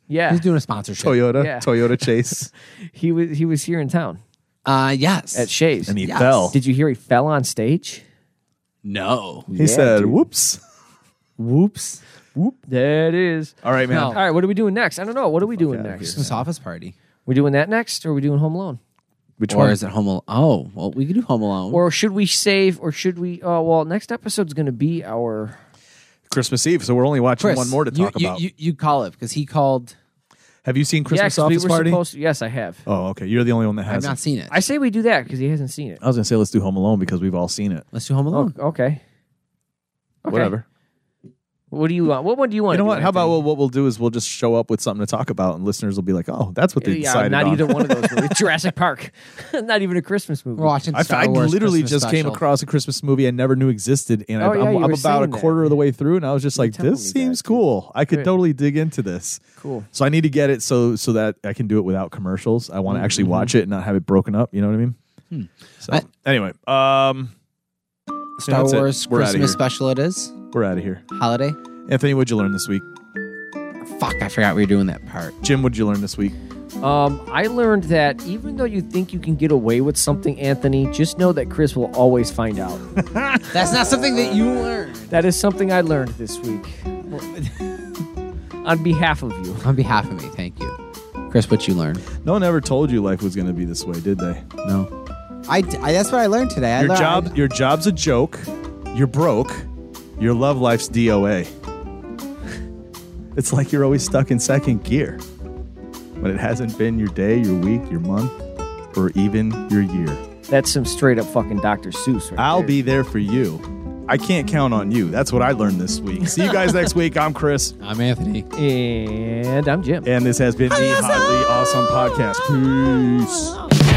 Yeah, he's doing a sponsorship. Oh, Toyota. Yeah. Toyota Chase. he was he was here in town Uh, yes. at Shays. And he Yes. fell. Did you hear he fell on stage? no. He said, dude. "Whoops." Whoops. That is. All right, man. All right, what are we doing next? I don't know. What are we doing outta next? Christmas office party. We doing that next, or are we doing Home Alone? Which Or one? is it Home Alone? Oh, well, we could do Home Hmm? Alone. Or should we save? Or should we? Oh well, next episode's going to be our. Christmas Eve. So we're only watching Chris, one more to you- talk you, about. You, you call it because he called Have you seen Christmas yeah, 'cause we Office were Party? supposed to- yes, I have. oh, okay. You're the only one that I've hasn't. not seen I say we do that because he hasn't seen it. Oh, I was gonna say let's do Home Alone because we've all seen it. Let's do Home Alone. okay. Okay. Whatever. What do you want? What one do you want? You know what? do, How about Anthony? what, what we'll do is we'll just show up with something to talk about, and listeners will be like, "Oh, that's what they yeah, decided." not on. either one of those movies. Jurassic Park. not even a Christmas movie. We're watching I, Star I Wars literally Christmas just special. came across a Christmas movie I never knew existed, and Oh, I, yeah, I'm, you I'm were about a saying that. quarter of the way through, and I was just like, telling "This me that, seems cool. I could Good. totally dig into this." Cool. So I need to get it so so that I can do it without commercials. I want to Mm-hmm. actually Mhm. watch it and not have it broken up. You know what I mean? Hmm. So anyway, um, so Star that's it. Wars We're outta Christmas here. special. It is We're out of here. holiday. Anthony, what'd you learn this week? Fuck, I forgot we were doing that part. Jim, what'd you learn this week? Um, I learned that even though you think you can get away with something, Anthony, just know that Chris will always find out. That's not something that you learned. that is something I learned this week. On behalf of you. On behalf of me, thank you, Chris. What you learned? No one ever told you life was going to be this way, did they? No. I, d- I- that's what I learned today. I Your learned, job, your job's a joke. You're broke. Your love life's DOA. it's like you're always stuck in second gear when it hasn't been your day, your week, your month, or even your year. That's some straight up fucking Dr. Seuss right I'll there. be there for you. I can't count on you. That's what I learned this week. See you guys next week. I'm Chris. I'm Anthony. And I'm Jim. And this has been the Hotly Awesome Podcast. Peace.